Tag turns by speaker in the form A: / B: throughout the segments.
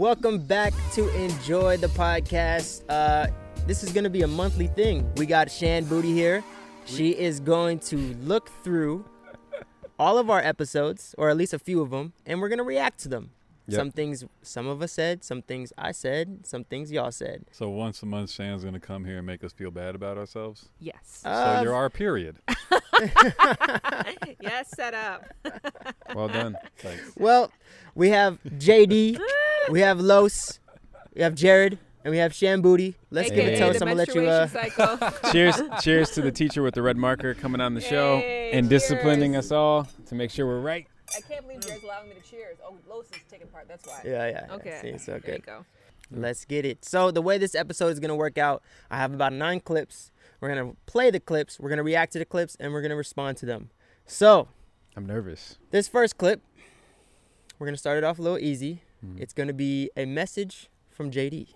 A: Welcome back to Enjoy the Podcast. Uh, this is going to be a monthly thing. We got Shan Booty here. She is going to look through all of our episodes, or at least a few of them, and we're going to react to them.
B: Yep.
A: Some things some of us said, some things I said, some things y'all said.
B: So once a month, Shan's gonna come here and make us feel bad about ourselves.
C: Yes.
A: Uh,
B: so you're our period.
C: yes, set up.
B: Well done. Thanks.
A: Well, we have JD, we have Los, we have Jared, and we have Shan Booty. Let's give
C: AKA
A: it to us.
C: the
A: I'm going to let you. Uh,
C: menstruation cycle.
D: cheers cheers to the teacher with the red marker coming on the show
C: Hey,
D: and disciplining
C: cheers.
D: us all to make sure we're right
C: I can't believe Jared's allowing me to cheers. Oh, Los is taking part. That's why.
A: yeah, yeah. yeah.
C: Okay.
A: See, it's so
C: There you
A: good.
C: go.
A: Let's get it. So the way this episode is gonna work out, I have about nine clips. We're gonna play the clips, we're gonna react to the clips, and we're gonna respond to them. So
D: i'm nervous
A: this first clip, we're gonna start it off a little easy.
B: Mm-hmm.
A: It's gonna be a message from JD.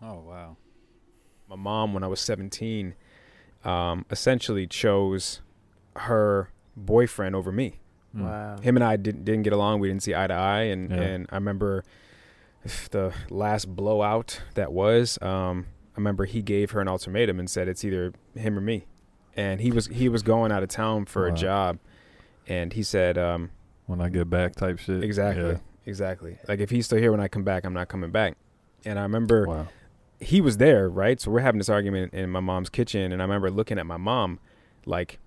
B: Oh wow.
D: my mom when i was 17 um, essentially chose her boyfriend over me
B: Mm.
A: Wow.
D: him and i didn't, didn't get along we didn't see eye to eye and,
B: Yeah.
D: and i remember the last blowout that was um, i remember he gave her an ultimatum and said it's either him or me and he was he was going out of town for
B: Wow.
D: a job and he said um,
B: When I get back, type shit.
D: Exactly.
B: Yeah.
D: Exactly. Like if he's still here when I come back, I'm not coming back. And I remember
B: Wow.
D: he was there, right? So we're having this argument in my mom's kitchen, and I remember looking at my mom, like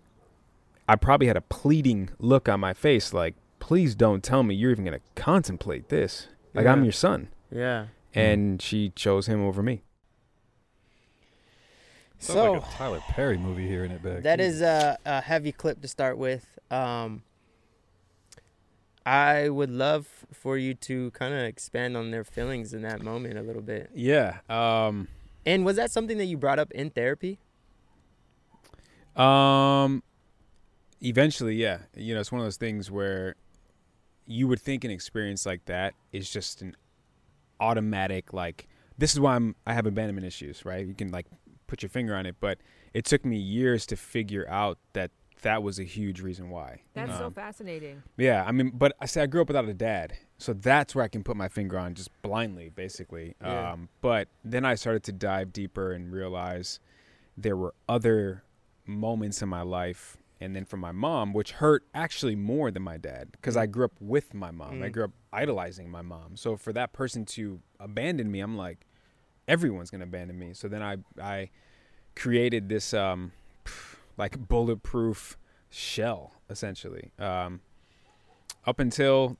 D: I probably had a pleading look on my face, like please don't tell me you're even gonna contemplate this. Like
A: Yeah.
D: I'm your son,
A: Yeah.
D: and she chose him over me.
B: Sounds
A: So
B: like a Tyler Perry movie here in it back.
A: that is a, a heavy clip to start with. Um, I would love for you to kind of expand on their feelings in that moment a little bit.
D: Yeah. Um.
A: And was that something that you brought up in therapy?
D: Um, eventually, yeah. You know, it's one of those things where you would think an experience like that is just an automatic like this is why I'm I have abandonment issues, right? You can like put your finger on it, but it took me years to figure out that that was a huge reason why.
C: That's so
D: Um,
C: fascinating.
D: yeah, I mean, but I say I grew up without a dad, so that's where I can put my finger on just blindly, basically.
A: Yeah.
D: Um, but then I started to dive deeper and realize there were other moments in my life, and then from my mom, which hurt actually more than my dad, because I grew up with my mom. I
A: Mm.
D: grew up idolizing my mom. So for that person to abandon me, I'm like, everyone's gonna abandon me. So then I I created this um like bulletproof shell essentially. Um, up until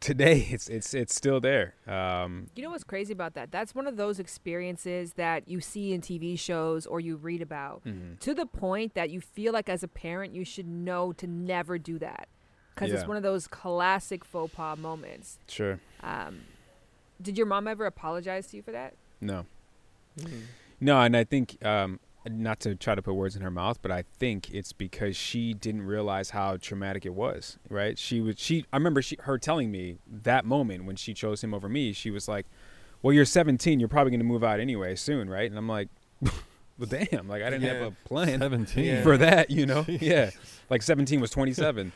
D: today, it's it's it's still there. Um,
C: You know what's crazy about that? That's one of those experiences that you see in TV shows or you read about
D: mm-hmm.
C: to the point that you feel like as a parent you should know to never do that because it's
D: Yeah.
C: one of those classic faux pas moments.
D: Sure.
C: Um, did your mom ever apologize to you for that?
D: No. No, and I think um, not to try to put words in her mouth, but I think it's because she didn't realize how traumatic it was. Right? She was she. I remember she her telling me that moment when she chose him over me. She was like, "Well, you're 17. You're probably going to move out anyway soon, right?" And I'm like, "Well, damn! Like I didn't
A: Yeah.
D: have a plan
B: seventeen.
A: Yeah.
D: for that, you know? Yeah. Like 17 was 27.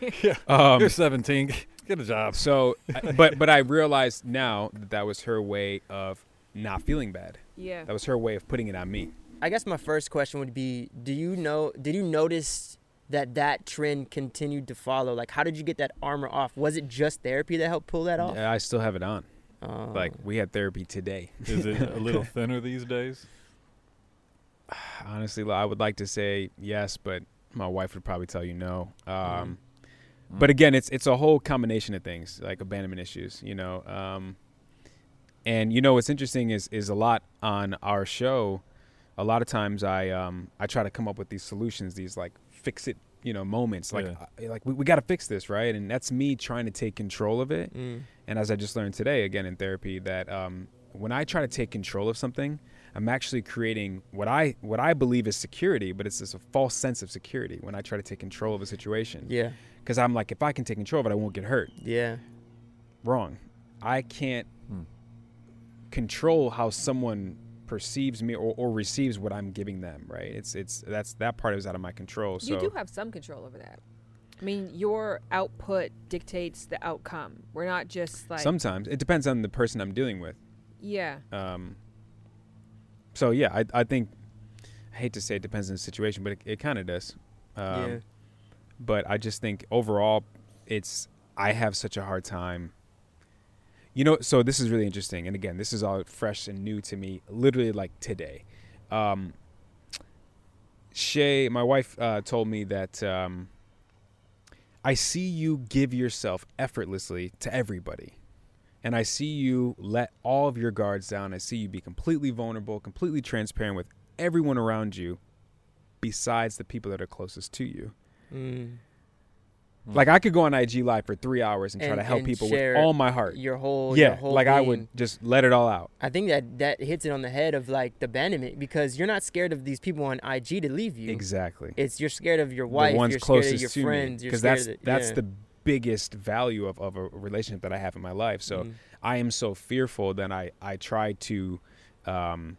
D: Um,
B: You're seventeen. Get a job.
D: so, I- but but I realized now that that was her way of not feeling bad.
C: Yeah.
D: That was her way of putting it on me.
A: I guess my first question would be: Do you know? Did you notice that that trend continued to follow? Like, how did you get that armor off? Was it just therapy that helped pull that off?
D: Yeah, I still have it on.
A: Oh.
D: Like we had therapy today.
B: Is it a little thinner these days?
D: Honestly, li- I would like to say yes, but my wife would probably tell you no. Um, But again, it's it's a whole combination of things like abandonment issues, you know. Um, and you know what's interesting is is a lot on our show. A lot of times I um, I try to come up with these solutions, these like fix it, you know, moments like
B: Yeah.
D: I- like we, we got to fix this, right? And that's me trying to take control of it.
A: Mm.
D: And as I just learned today, again in therapy, that um, when I try to take control of something, I'm actually creating what I what I believe is security, but it's just a false sense of security when I try to take control of a situation.
A: Yeah,
D: Because I'm like, if I can take control of it, I won't get hurt.
A: yeah,
D: Wrong. I can't
B: Hmm.
D: control how someone perceives me or, or receives what I'm giving them. Right. It's it's that's that part is out of my control. So
C: you do have some control over that. I mean, your output dictates the outcome. We're not just like
D: Sometimes it depends on the person I'm dealing with.
C: yeah,
D: Um, so yeah, I I think I hate to say it depends on the situation, but it, it kind of does. Um,
A: yeah.
D: But I just think overall, it's I have such a hard time. You know, so this is really interesting, and again, this is all fresh and new to me, literally like today. Um, Shay, my wife, uh, told me that um, I see you give yourself effortlessly to everybody and I see you let all of your guards down. I see you be completely vulnerable, completely transparent with everyone around you, besides the people that are closest to you.
A: Mm.
D: Mm-hmm. Like I could go on IG live for three hours and try
A: And-
D: to help
A: and
D: people
A: share
D: with all my heart.
A: Your whole your
D: yeah,
A: whole
D: like I
A: being.
D: would just let it all out.
A: I think that that hits it on the head of like the abandonment because you're not scared of these people on IG to leave you.
D: Exactly.
A: It's you're scared of your wife,
D: the ones
A: you're scared of
D: closest
A: your
D: to
A: friends,
D: me,
A: you're scared
D: that's
A: of
D: that's
A: yeah.
D: the biggest value of, of a relationship that I have in my life. So
A: Mhm.
D: I am so fearful that I I try to, um,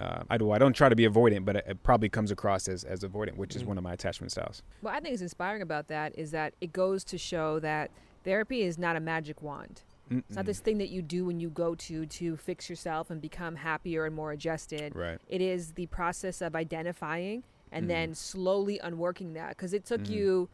D: uh, I do I don't try to be avoidant, but it, it probably comes across as as avoidant, which is
A: Mhm.
D: one of my attachment styles.
C: What I think is inspiring about that is that it goes to show that therapy is not a magic wand. It's not
D: Mm-mm.
C: this thing that you do when you go to to fix yourself and become happier and more adjusted.
D: right.
C: It is the process of identifying and
D: Mhm.
C: then slowly unworking that because it took
D: Mhm.
C: you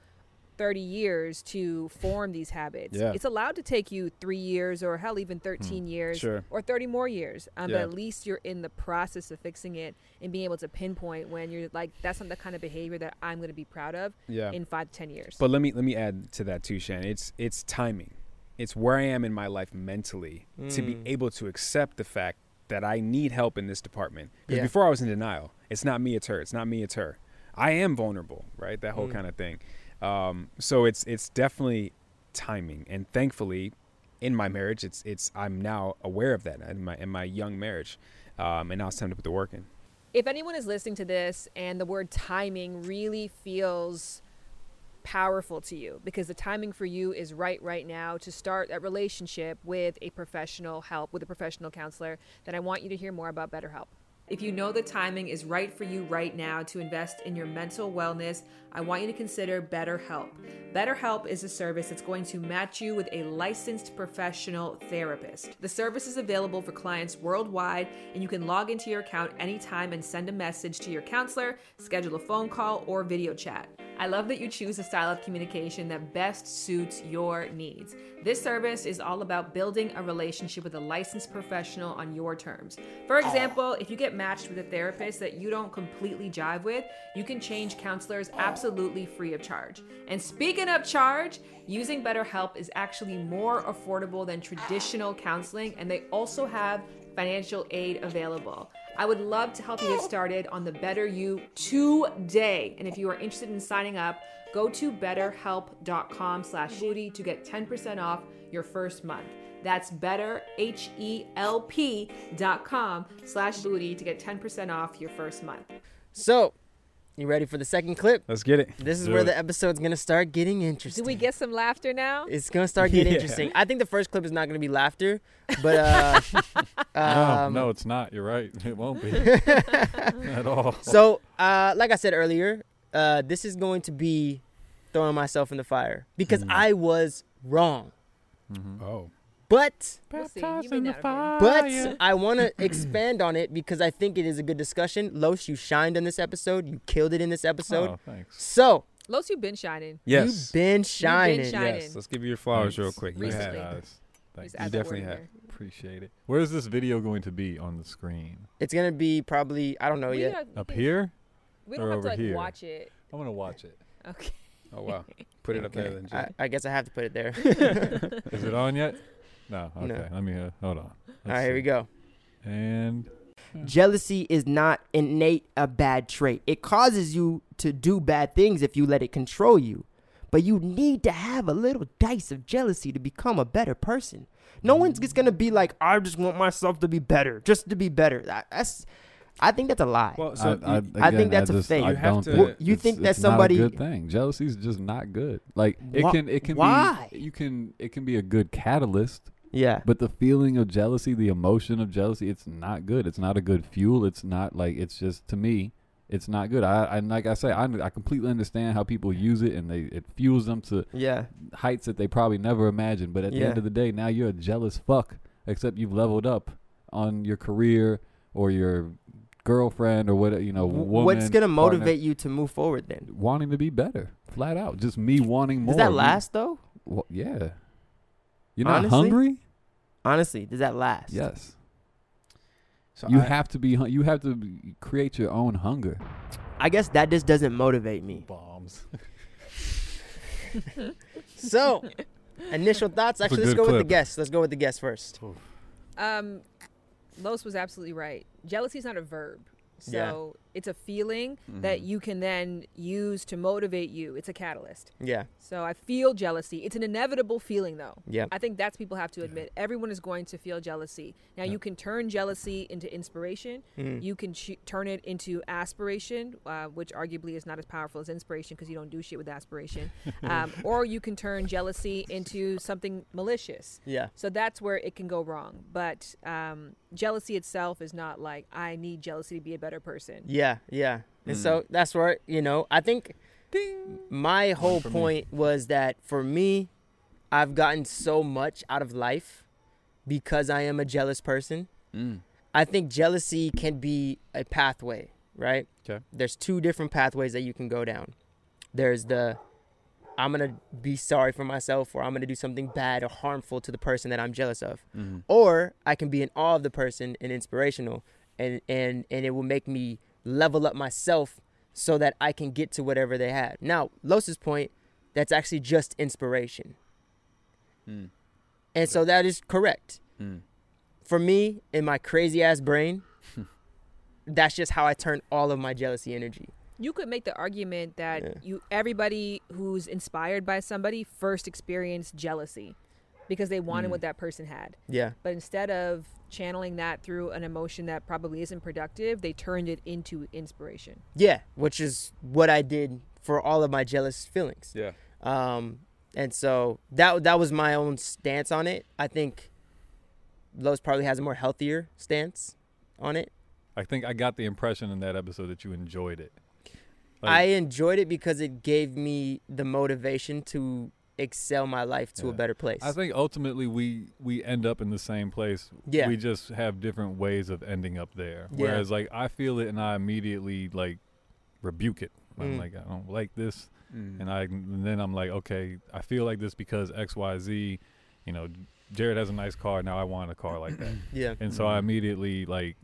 C: 30 years to form these habits.
D: Yeah. Hmm.
C: It's allowed to take you three years or hell, even 13 years
D: Sure.
C: or 30 more years. Um, But
D: Yeah.
C: at least you're in the process of fixing it and being able to pinpoint when you're like, that's not the kind of behavior that I'm going to be proud of
D: Yeah.
C: in five to 10 years.
D: But let me let me add to that too, Shan. It's it's timing. It's where I am in my life mentally to be
A: Mm.
D: able to accept the fact that I need help in this department. Because
A: Yeah.
D: before I was in denial. It's not me, it's her. It's not me, it's her. I am vulnerable, right? That whole
A: Mm.
D: kind of thing. Um, so it's it's definitely timing, and thankfully, in my marriage, it's it's I'm now aware of that in my in my young marriage, um, and now it's time to put the work in.
C: if anyone is listening to this and the word timing really feels powerful to you because the timing for you is right right now to start that relationship with a professional help with a professional counselor then i want you to hear more about betterhelp if you know the timing is right for you right now to invest in your mental wellness, I want you to consider BetterHelp. BetterHelp is a service that's going to match you with a licensed professional therapist. The service is available for clients worldwide, and you can log into your account anytime and send a message to your counselor, schedule a phone call, or video chat. I love that you choose a style of communication that best suits your needs. This service is all about building a relationship with a licensed professional on your terms. For example, if you get matched with a therapist that you don't completely jive with, you can change counselors absolutely free of charge. And speaking of charge, using BetterHelp is actually more affordable than traditional counseling, and they also have financial aid available. I would love to help you get started on the Better You today. And if you are interested in signing up, go to betterhelp.com slash booty to get 10% off your first month. That's E betterhelp.com slash booty to get 10% off your first month.
A: So, you ready for the second clip?
D: Let's get it.
A: This is
B: Do
A: where
B: it.
A: the episode's gonna start getting interesting.
C: Do we get some laughter now?
A: It's gonna start getting
D: Yeah.
A: interesting. I think the first clip is not gonna be laughter, but uh, um,
B: no, no, it's not. You're right. It won't be at all.
A: So, uh, like I said earlier, uh, this is going to be throwing myself in the fire because
D: Mm.
A: I was wrong,
B: Mm-hmm.
D: Oh,
A: but
C: We'll see. You may not have been.
B: Oh,
A: but I want to expand on it because I think it is a good discussion. Los, you shined in this episode. You killed it in this episode.
B: oh, thanks.
A: So
C: Los, you've been shining.
D: yes,
A: you've been shining.
C: shining.
D: yes. Let's give you your flowers real
B: Thanks.
D: quick. You
B: Thanks,
C: Recently.
D: have.
B: guys. Thanks.
C: Just
D: You
C: add that
D: definitely
C: word in
D: have.
C: there.
B: Appreciate it. Where is this video going to be on the screen?
A: It's gonna be probably I don't know
C: We
A: yet.
C: don't-
B: Oh, Up here?
C: We don't
B: or
C: have to
B: over
C: like
B: here?
C: watch it.
B: I want to watch it.
C: Okay.
D: Oh wow, put it up there.
A: Okay,
D: Then, Jay.
A: I, I guess I have to put it there.
B: Is it on yet? No. Okay.
A: No.
B: Let me uh, hold on.
A: All right, here we go.
B: And
A: Jealousy is not innate a bad trait. It causes you to do bad things if you let it control you. But you need to have a little dice of jealousy to become a better person. No one's just gonna be like, I just want myself to be better, just to be better. That- That's, I think that's a lie.
D: Well, so
E: I, I,
D: you-
A: I think
E: again,
A: that's a
E: just,
A: thing.
E: I
D: You have
E: don't
D: to-
E: think
A: You
E: it's-
A: think that
E: it's not a
A: somebody-
E: good thing. Jealousy's just not good. Like it
A: Wha-
E: can it can
A: why?
E: be you can it can be a good catalyst,
A: yeah.
E: but the feeling of jealousy, the emotion of jealousy, it's not good. It's not a good fuel. It's not like it's just to me it's not good. I, I and like I say, I, I completely understand how people use it, and they it fuels them to
A: Yeah.
E: heights that they probably never imagined. But at the
A: Yeah.
E: end of the day, now you're a jealous fuck, except you've leveled up on your career or your girlfriend or what you know.
A: W-
E: Woman,
A: What's gonna
E: partner,
A: motivate you to move forward then?
E: wanting to be better, flat out, just me wanting more.
A: Does that
E: Me-
A: last though?
E: Wha- yeah, you're not
A: Honestly?
E: hungry.
A: Honestly, does that last?
E: Yes,
D: So
E: you
D: I-
E: have to be. hun- You have to be- create your own hunger.
A: I guess that just doesn't motivate me.
B: Bombs.
A: So, initial thoughts.
B: That's a
A: Actually, let's
B: good
A: go with the
B: clip.
A: guests. Let's go with the guests first.
C: Um, Los was absolutely right. Jealousy is not a verb.
A: Yeah. Mm-hmm.
C: So it's a feeling that you can then use to motivate you. It's a catalyst.
A: Yeah.
C: So I feel jealousy. It's an inevitable feeling though.
A: Yeah.
C: I think that's people have to admit. Everyone is going to feel jealousy. Now you can turn jealousy into inspiration.
A: Mm.
C: You can ch- turn it into aspiration, uh, which arguably is not as powerful as inspiration because you don't do shit with aspiration. um, or you can turn jealousy into something malicious.
A: Yeah.
C: So that's where it can go wrong. But um, jealousy itself is not like I need jealousy to be a better person.
A: Yeah. Yeah. And so that's where you know I think my whole point was that for me, I've gotten so much out of life because I am a jealous person.
D: Mm.
A: I think jealousy can be a pathway, right?
B: Okay.
A: There's two different pathways that you can go down. There's the I'm going to be sorry for myself or I'm going to do something bad or harmful to the person that I'm jealous of.
B: mm-hmm,
A: Or I can be in awe of the person and inspirational and and and it will make me level up myself so that I can get to whatever they had. Now, Los's point, that's actually just inspiration.
B: mm-hmm,
D: Mm.
A: And so that is correct
D: Mm.
A: for me in my crazy ass brain that's just how i turn all of my jealousy energy
C: You could make the argument that
A: Yeah.
C: you everybody who's inspired by somebody first experienced jealousy because they wanted
D: Mm.
C: what that person had.
A: yeah
C: But instead of channeling that through an emotion that probably isn't productive, they turned it into inspiration.
A: yeah which is what i did for all of my jealous feelings
B: Yeah.
A: um and so that that was my own stance on it i think Lowe's probably has a more healthier stance on it
B: I think I got the impression in that episode that you enjoyed it. Like,
A: i enjoyed it because it gave me the motivation to excel my life to a
B: Yeah.
A: better place
B: I think ultimately we we end up in the same place.
A: Yeah.
B: We just have different ways of ending up there.
A: Yeah.
B: Whereas like I feel it and I immediately like rebuke it. I'm
A: Mm.
B: like I don't like this,
D: Mm.
B: and I and then I'm like okay I feel like this because X Y Z, you know. Jared has a nice car. Now I want a car like that,
A: yeah
B: and so I immediately like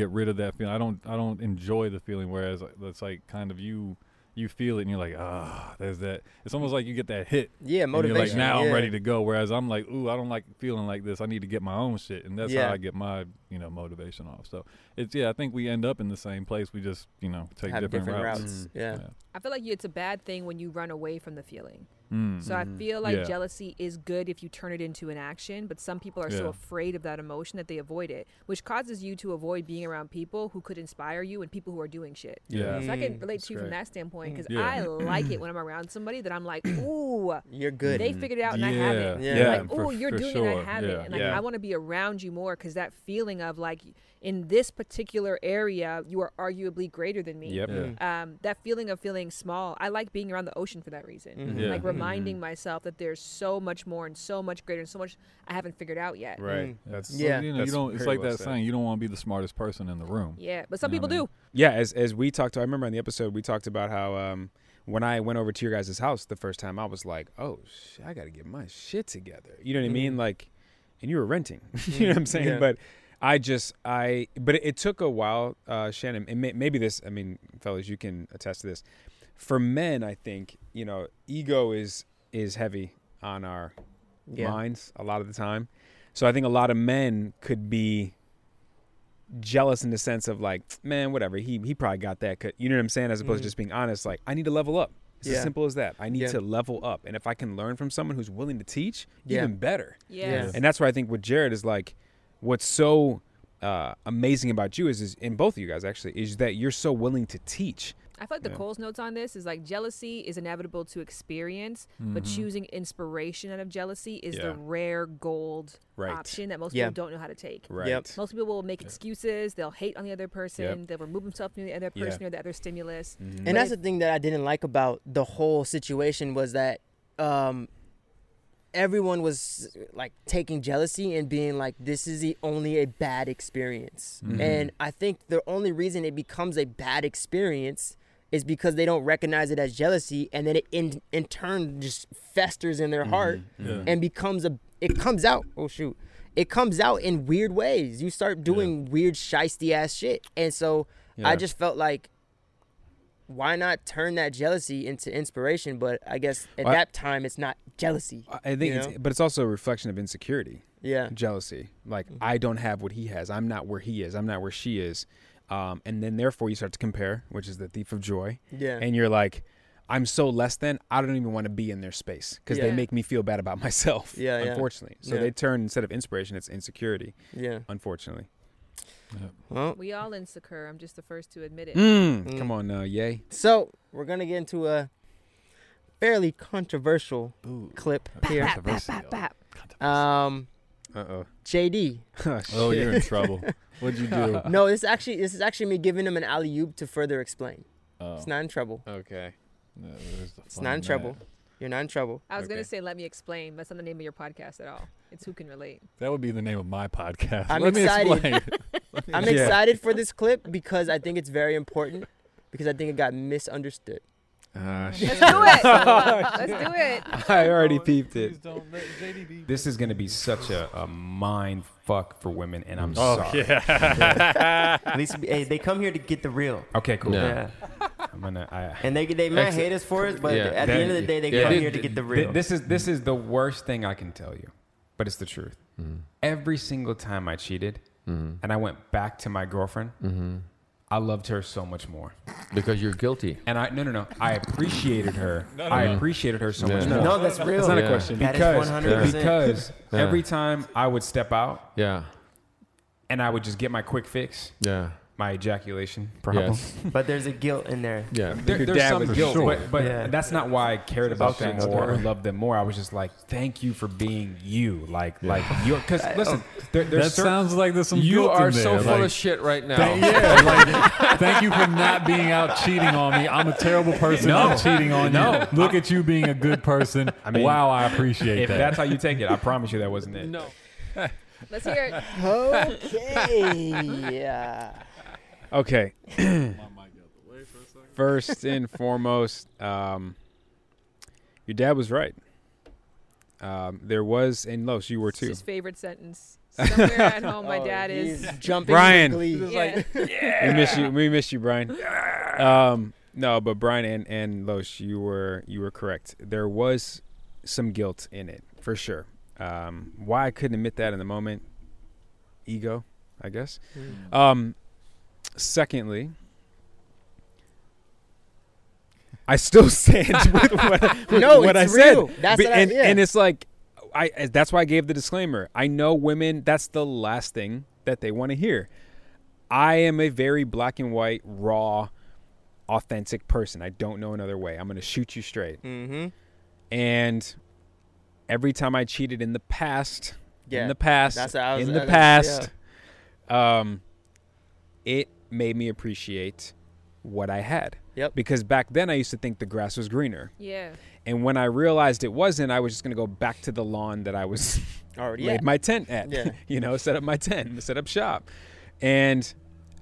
B: get rid of that feeling. I don't I don't enjoy the feeling. Whereas it's like kind of you you feel it and you're like ah there's that. It's almost like you get that hit
A: yeah
B: and you're
A: motivation
B: like now
A: yeah.
B: I'm ready to go. Whereas I'm like, ooh, I don't like feeling like this. I need to get my own shit, and that's
A: Yeah.
B: how I get my you know motivation off. So it's yeah, I think we end up in the same place. We just you know take
A: have different, routes,
D: Mm.
A: yeah
C: I feel like it's a bad thing when you run away from the feeling.
B: Mm.
C: So I
D: Mhm.
C: feel like
B: Yeah.
C: jealousy is good if you turn it into an action, but some people are so
B: Yeah.
C: afraid of that emotion that they avoid it, which causes you to avoid being around people who could inspire you and people who are doing shit.
B: yeah,
C: So I can
A: Mm,
C: relate
D: that's
C: to you from
D: great.
C: that standpoint because
B: Yeah.
C: I like it when I'm around somebody that I'm like, ooh,
A: you're good
C: they figured it out and I
B: yeah,
C: haven't.
A: Yeah.
B: yeah,
A: Yeah,
C: Like, oh, you're doing it, I haven't.
B: Yeah.
C: And like,
D: Yeah.
C: I want to be around you more because that feeling of like, in this particular area, you are arguably greater than me.
D: Yep.
B: Yeah.
A: Mm.
C: Um, that feeling of feeling small, I like being around the ocean for that reason.
A: Mhm.
B: Yeah.
C: Mm-hmm. Like
B: Mhm.
C: reminding
D: Mm-hmm.
C: myself that there's so much more and so much greater and so much I haven't figured out yet.
D: Right.
A: Mm.
D: That's
B: So,
A: Yeah.
B: you know, you
D: That's
B: don't. It's
D: very
B: like
D: well
B: that
D: said.
B: saying. You don't want to be the smartest person in the room.
C: Yeah, but some
B: You know
C: people
B: what I
C: do.
D: Yeah, as as we talked, I remember on the episode we talked about how um, when I went over to your guys' house the first time, I was like, "Oh, sh- I got to get my shit together." You know what I mean?
A: Mhm.
D: Like, and you were renting. you know what I'm saying?
A: Mm-hmm. Yeah.
D: But I just I but it, it took a while, uh, Shannon. And may, maybe this, I mean, fellas, you can attest to this. For men, I think you know, ego is is heavy on our
A: yeah
D: minds a lot of the time. So I think a lot of men could be jealous in the sense of like, man, whatever. He he probably got that. 'cause-" You know what I'm saying? As opposed
A: Mhm.
D: to just being honest, like I need to level up. It's
A: Yeah.
D: as simple as that. I need
A: Yeah.
D: to level up, and if I can learn from someone who's willing to teach,
A: Yeah.
D: even better.
A: Yeah.
C: Yes.
D: And that's where I think with Jared is like, what's so uh, amazing about you is, is in both of you guys actually is that you're so willing to teach.
C: I feel like the
D: Yeah.
C: Cole's notes on this is like jealousy is inevitable to experience, but
B: Mhm.
C: choosing inspiration out of jealousy is the
D: Mm-hmm. Yeah.
C: rare gold
D: Right.
C: option that most
A: Yeah.
C: people don't know how to take.
D: Right.
C: Most people will make excuses. They'll hate on the other person. They'll remove themselves from the other
D: Yeah.
C: person or the other stimulus.
D: Mhm.
A: And
C: But
A: that's the
C: if-
A: thing that I didn't like about the whole situation was that um, everyone was like taking jealousy and being like, this is the only a bad experience.
B: Mhm.
A: And I think the only reason it becomes a bad experience is because they don't recognize it as jealousy. And then it in, in turn just festers in their heart
D: Mm-hmm.
B: Yeah.
A: and becomes a, it comes out. Oh, shoot. It comes out in weird ways. You start doing weird, shisty ass shit. And so I
D: Mm-hmm. Yeah.
A: just felt like why not turn that jealousy into inspiration? But I guess at
D: Well, I-
A: that time it's not jealousy.
D: I- I
A: you
D: think, it's,
A: know?
D: but it's also a reflection of insecurity,
A: Yeah.
D: jealousy. Like
A: Mm-hmm.
D: I don't have what he has. I'm not where he is. I'm not where she is. Um, and then therefore you start to compare, which is the thief of joy.
A: Yeah.
D: And you're like, I'm so less than. I don't even want to be in their space because
A: Yeah.
D: they make me feel bad about myself.
A: Yeah, yeah.
D: Unfortunately, so
A: Yeah.
D: they turn instead of inspiration, it's insecurity.
A: yeah.
D: Unfortunately.
A: Well,
C: We all insecure. I'm just the first to admit it.
D: Mm,
A: Mm.
D: Come on now, yay.
A: so we're gonna get into a fairly controversial
B: Ooh.
A: clip
B: Bap,
A: here.
C: Bap, bap, bap, bap.
A: Um,
D: Uh oh.
A: JD.
B: Oh, you're in trouble. What'd you do?
A: No, this is actually this is actually me giving him an alley oop to further explain.
B: Oh.
A: It's not in trouble.
D: Okay.
B: Yeah, where's the
A: It's
B: fun
A: not in
B: that?
A: trouble. You're not in trouble.
C: I was gonna
D: Okay.
C: say, let me explain. That's not the name of your podcast at all. It's who can relate.
B: That would be the name of my podcast.
A: I'm
B: Let me
A: excited.
B: explain.
A: I'm
D: Yeah.
A: excited for this clip because I think it's very important because I think it got misunderstood.
D: Uh,
C: Let's do it. Let's do it.
D: I already peeped it.
B: Please don't let JDB
D: This is going to be such a, a mind fuck for women, and I'm
B: Oh
D: sorry.
B: yeah.
F: At least, hey, they come here to get the real.
D: Okay, cool.
F: Yeah.
D: I'm gonna. I,
F: And they they might hate us for it, but
D: Yeah.
F: at the end of the day, they
D: Yeah.
F: come
D: Th-
F: here to get the
D: th-
F: real.
D: This is this is the worst thing I can tell you, but it's the truth. Every single time I cheated, and I went back to my girlfriend, I loved her so much more.
G: Mm-hmm. Because you're guilty.
D: And I no no no, I appreciated her. I appreciated her so much
G: Yeah.
D: more.
F: no, that's real.
D: That's not
G: Yeah.
D: a question.
F: That is
D: because
F: 100%.
D: because
G: Yeah.
D: every time I would step out
G: Yeah.
D: and I would just get my quick fix,
G: Yeah.
D: my ejaculation problem.
G: Yes.
F: But there's a guilt in there.
G: Yeah.
D: There,
E: Your
D: there's
E: dad
D: some
E: was
D: guilt,
E: sure.
D: but, but
F: Yeah.
D: that's not why I cared about them
F: That's a
D: more or
F: story.
D: loved them more. I was just like, thank you for being you, like like you. Because listen,
F: oh,
D: there, there's
B: that
D: cer-
B: sounds like there's some
G: You
B: guilt in
G: are so
B: there,
G: full
B: like,
G: of shit right now.
B: Thank, yeah, like, thank you for not being out cheating on me. I'm a terrible person.
D: No.
B: I'm cheating on
D: No.
B: you. Look at you being a good person.
D: I mean,
B: wow, I appreciate
D: if
B: that.
D: that's how you take it, I promise you that wasn't it.
G: No.
C: Let's hear it.
A: Okay. yeah.
D: Okay. First and foremost, um, your dad was right. Um, there was, and Los, you were
C: It's
D: too.
C: his favorite sentence. Somewhere at home, my
A: Oh,
C: dad is.
A: he's jumping.
D: Brian.
A: with glee.
C: Yeah.
D: We miss you. We miss you, Brian. Um, no, but Brian and and Losh, you were you were correct. There was some guilt in it for sure. Um, why I couldn't admit that in the moment, ego, I guess.
A: Mm.
D: Um, secondly, I still stand with what, with
A: No,
D: what
A: it's
D: I said.
A: real. That's
D: Be-
A: what I-
D: and,
A: yeah.
D: and it's like, I I- that's why I gave the disclaimer. I know women. That's the last thing that they want to hear. I am a very black and white, raw, authentic person. I don't know another way. I'm gonna shoot you straight.
A: Mm-hmm.
D: And every time I cheated in the past,
A: Yeah.
D: in the past,
A: That's what I was-
D: in the
A: uh,
D: past. Um, it made me appreciate what I had.
A: Yep.
D: Because back then I used to think the grass was greener,
C: Yeah.
D: and when I realized it wasn't, I was just gonna go back to the lawn that I was
A: Already.
D: laid my tent at.
A: Yeah.
D: you know, set up my tent, set up shop, and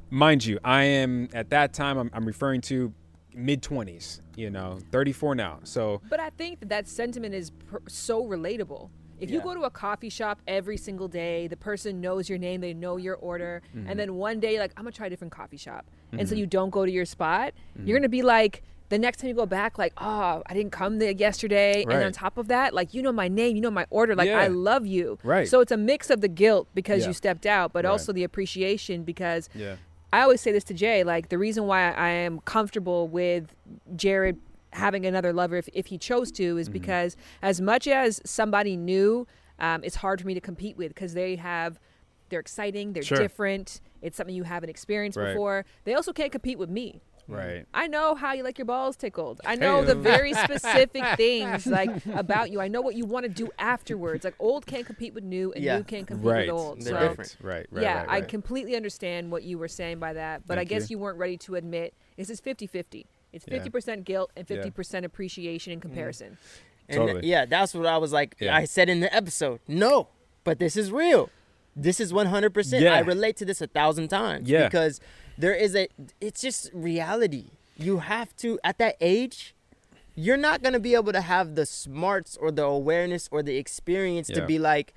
D: mind you, I am at that time. I'm, I'm referring to mid twenties. You know, 34 now. So
C: But I think that that sentiment is pr- so relatable. If you
A: Yeah.
C: go to a coffee shop every single day, the person knows your name, they know your order,
D: Mm-hmm.
C: and then one day, you're like, I'm gonna try a different coffee shop. And so you don't go to your spot,
D: Mm-hmm.
C: you're gonna be like, the next time you go back, like, oh, I didn't come there yesterday. And on
D: Right.
C: top of that, like, you know my name, you know my order, like, I
D: Yeah.
C: love you.
D: Right.
C: So it's a mix of the guilt because
D: Yeah.
C: you stepped out, but
D: Right.
C: also the appreciation because
D: yeah,
C: I always say this to Jay, like the reason why I am comfortable with Jared having another lover if, if he chose to
D: Mm-hmm.
C: is because as much as somebody new, um, it's hard for me to compete with because they have they're exciting, they're
D: Sure.
C: different. It's something you haven't experienced
D: Right.
C: before. They also can't compete with me.
A: Mm.
D: Right.
C: I know how you like your balls tickled. I know the very specific things like about you. I know what you want to do afterwards. Like old can't compete with new, and
A: Yeah.
C: new can't compete
D: Right.
C: with old.
A: They're
C: so
A: different.
D: Right. Right.
C: yeah,
D: right,
C: I
D: right.
C: completely understand what you were saying by that, but I
D: Thank
C: guess
D: you.
C: you. weren't ready to admit this is 50-50. It's
D: Yeah.
C: 50% guilt and
D: Yeah.
C: 50% appreciation
A: Mm.
C: and comparison.
A: And th-
D: Totally.
A: yeah, that's what I was like.
D: Yeah.
A: I said in the episode, no, but this is real. This is 100%. I
D: Yeah.
A: relate to this a thousand times.
D: Yeah.
A: Because there is a, it's just reality. You have to, at that age, you're not going to be able to have the smarts or the awareness or the experience to
D: Yeah.
A: be like,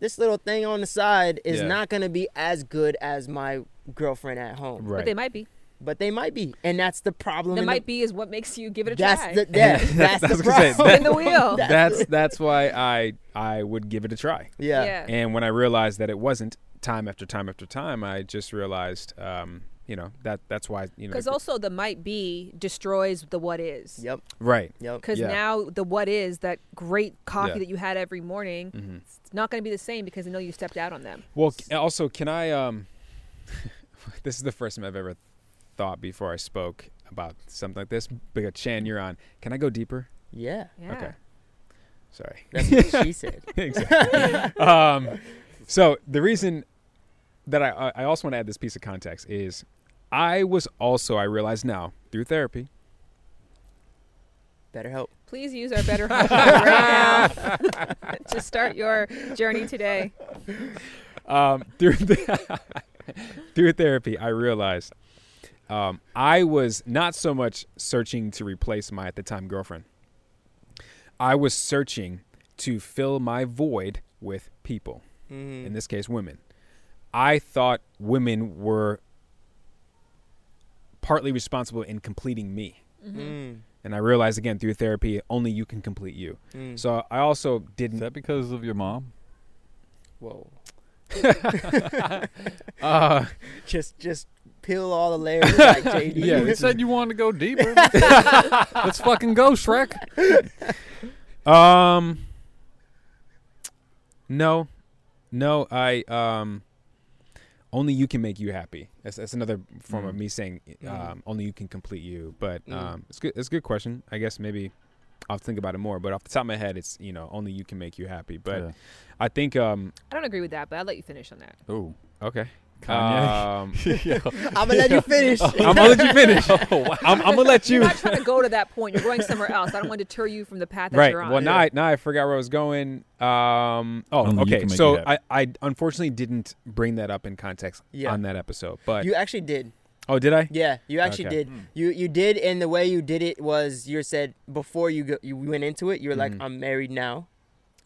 A: this little thing on the side is
D: Yeah.
A: not going to be as good as my girlfriend at home.
D: Right.
C: But they might be.
A: But they might be. And that's the problem.
C: That
A: in the-
C: might be is what makes you give it a
A: That's
C: try.
A: the, yeah, that's,
D: I
A: the
D: was gonna say,
A: problem.
C: Spin the wheel.
D: that's that's why I I would give it a try.
A: yeah.
D: And when I realized that it wasn't time after time after time, I just realized, um, you know, that that's why you know.
C: Because also the might be destroys the what is.
A: Yep.
D: right.
A: Yep.
C: Because
D: Yeah.
C: now the what is that great coffee
D: Yeah.
C: that you had every morning,
D: Mhm.
C: it's not going to be the same because I know you stepped out on them.
D: Well, c- also, can I? Um, this is the first time I've ever thought before I spoke about something like this. But Chan, you're on. Can I go deeper?
A: Yeah.
C: Yeah.
D: Okay. Sorry.
A: That's what she said.
D: Exactly. um, so the reason that I- I, I also want to add this piece of context is I was also I realize now through therapy
A: Better help.
C: Please use our better Home Guide right now to start your journey today.
D: um, through th- through therapy I realized um, I was not so much searching to replace my at the time girlfriend. I was searching to fill my void with people.
A: Mm-hmm.
D: in this case women i thought women were partly responsible in completing me
A: Mm.
D: and i realized again through therapy only you can complete you
A: Mm.
D: so i also
E: Is
D: didn't
E: that because of your mom?
A: Whoa.
D: uh,
A: Just just peel all the layers like JD.
D: Yeah,
E: you
D: this
E: said you wanted to go deeper. Let's fucking go, Shrek.
D: um no no i um only you can make you happy that's, that's another form of
E: Mm.
D: me saying um, only you can complete you but
A: Mm.
D: um it's good it's a good question i guess maybe i'll think about it more but off the top of my head it's you know only you can make you happy but i think um
C: I don't agree with that, but I'll let you finish on that.
E: yeah. Ooh,
D: okay
E: Kanye. Oh,
D: Um,
A: I'm gonna let you finish.
D: I'm gonna let you finish. I'm, I'm gonna let
C: You're
D: you.
C: not trying to go to that point. You're going somewhere else. I don't want to deter you from the path that
D: Right.
C: you're on.
D: Well, now I, now I forgot where I was going. Um. Oh,
E: Only you
D: okay.
E: can make
D: So
E: it
D: I,
E: happen.
D: I unfortunately didn't bring that up in context
A: Yeah.
D: on that episode. But
A: You actually did.
D: oh, did I?
A: Yeah, you actually
D: Okay. Hmm.
A: did. You you did, and the way you did it was you said before you go, you went into it, you were like,
D: Mhm.
A: I'm married now,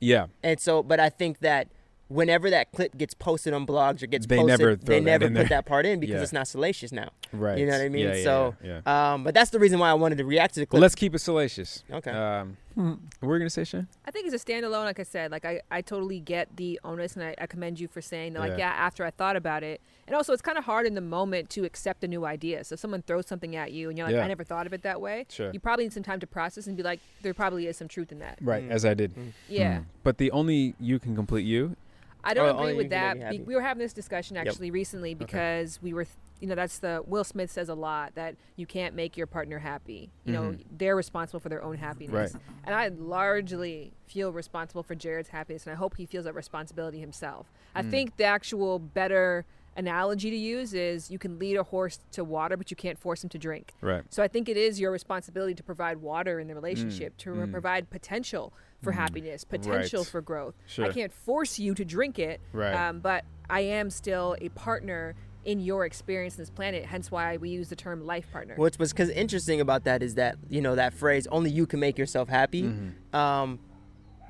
D: Yeah.
A: and so. But I think that whenever that clip gets posted on blogs or gets
D: They
A: posted,
D: never throw
A: they
D: that
A: never
D: in
A: put
D: there.
A: that part in because
D: Yeah.
A: it's not salacious now.
D: Right.
A: You know what I mean?
D: Yeah, yeah,
A: So,
D: yeah, yeah.
A: Um, but that's the reason why I wanted to react to the
D: Well,
A: clip.
D: let's keep it salacious.
A: okay.
D: Um.
E: Hmm.
D: What were you gonna say, Shan?
C: I think it's a standalone, like I said, like I, I totally get the onus and I, I commend you for saying that, like,
D: Yeah.
C: yeah. after I thought about it. And also, it's kind of hard in the moment to accept a new idea. So, if someone throws something at you and you're like,
D: Yeah.
C: I never thought of it that way,
D: Sure.
C: you probably need some time to process and be like, there probably is some truth in that.
D: Right.
A: Mm.
D: As I did.
C: Yeah.
D: But the only you can complete you.
C: I don't
A: Oh, only
C: agree
A: you can make
C: with that.
A: me
C: Be-
A: happy.
C: we were having this discussion actually recently because we were, th- you know, that's the Will Smith says a lot that you can't make your partner happy. You know,
A: Mm-hmm.
D: Mhm.
C: they're responsible for their own happiness. And I largely feel responsible for Jared's happiness, and I hope he feels that responsibility himself. I
A: Mm.
C: think the actual better analogy to use is you can lead a horse to water, but you can't force him to drink.
D: Right.
C: So I think it is your responsibility to provide water in the relationship, to re- provide potential for happiness, potential
D: Mm, Mm-hmm. Right.
C: for growth. I
D: Sure.
C: can't force you to drink it,
D: Right.
C: um, but I am still a partner in your experience in this planet. Hence why we use the term life partner.
A: Which was because interesting about that is that you know that phrase only you can make yourself happy.
D: Mm-hmm.
A: Um,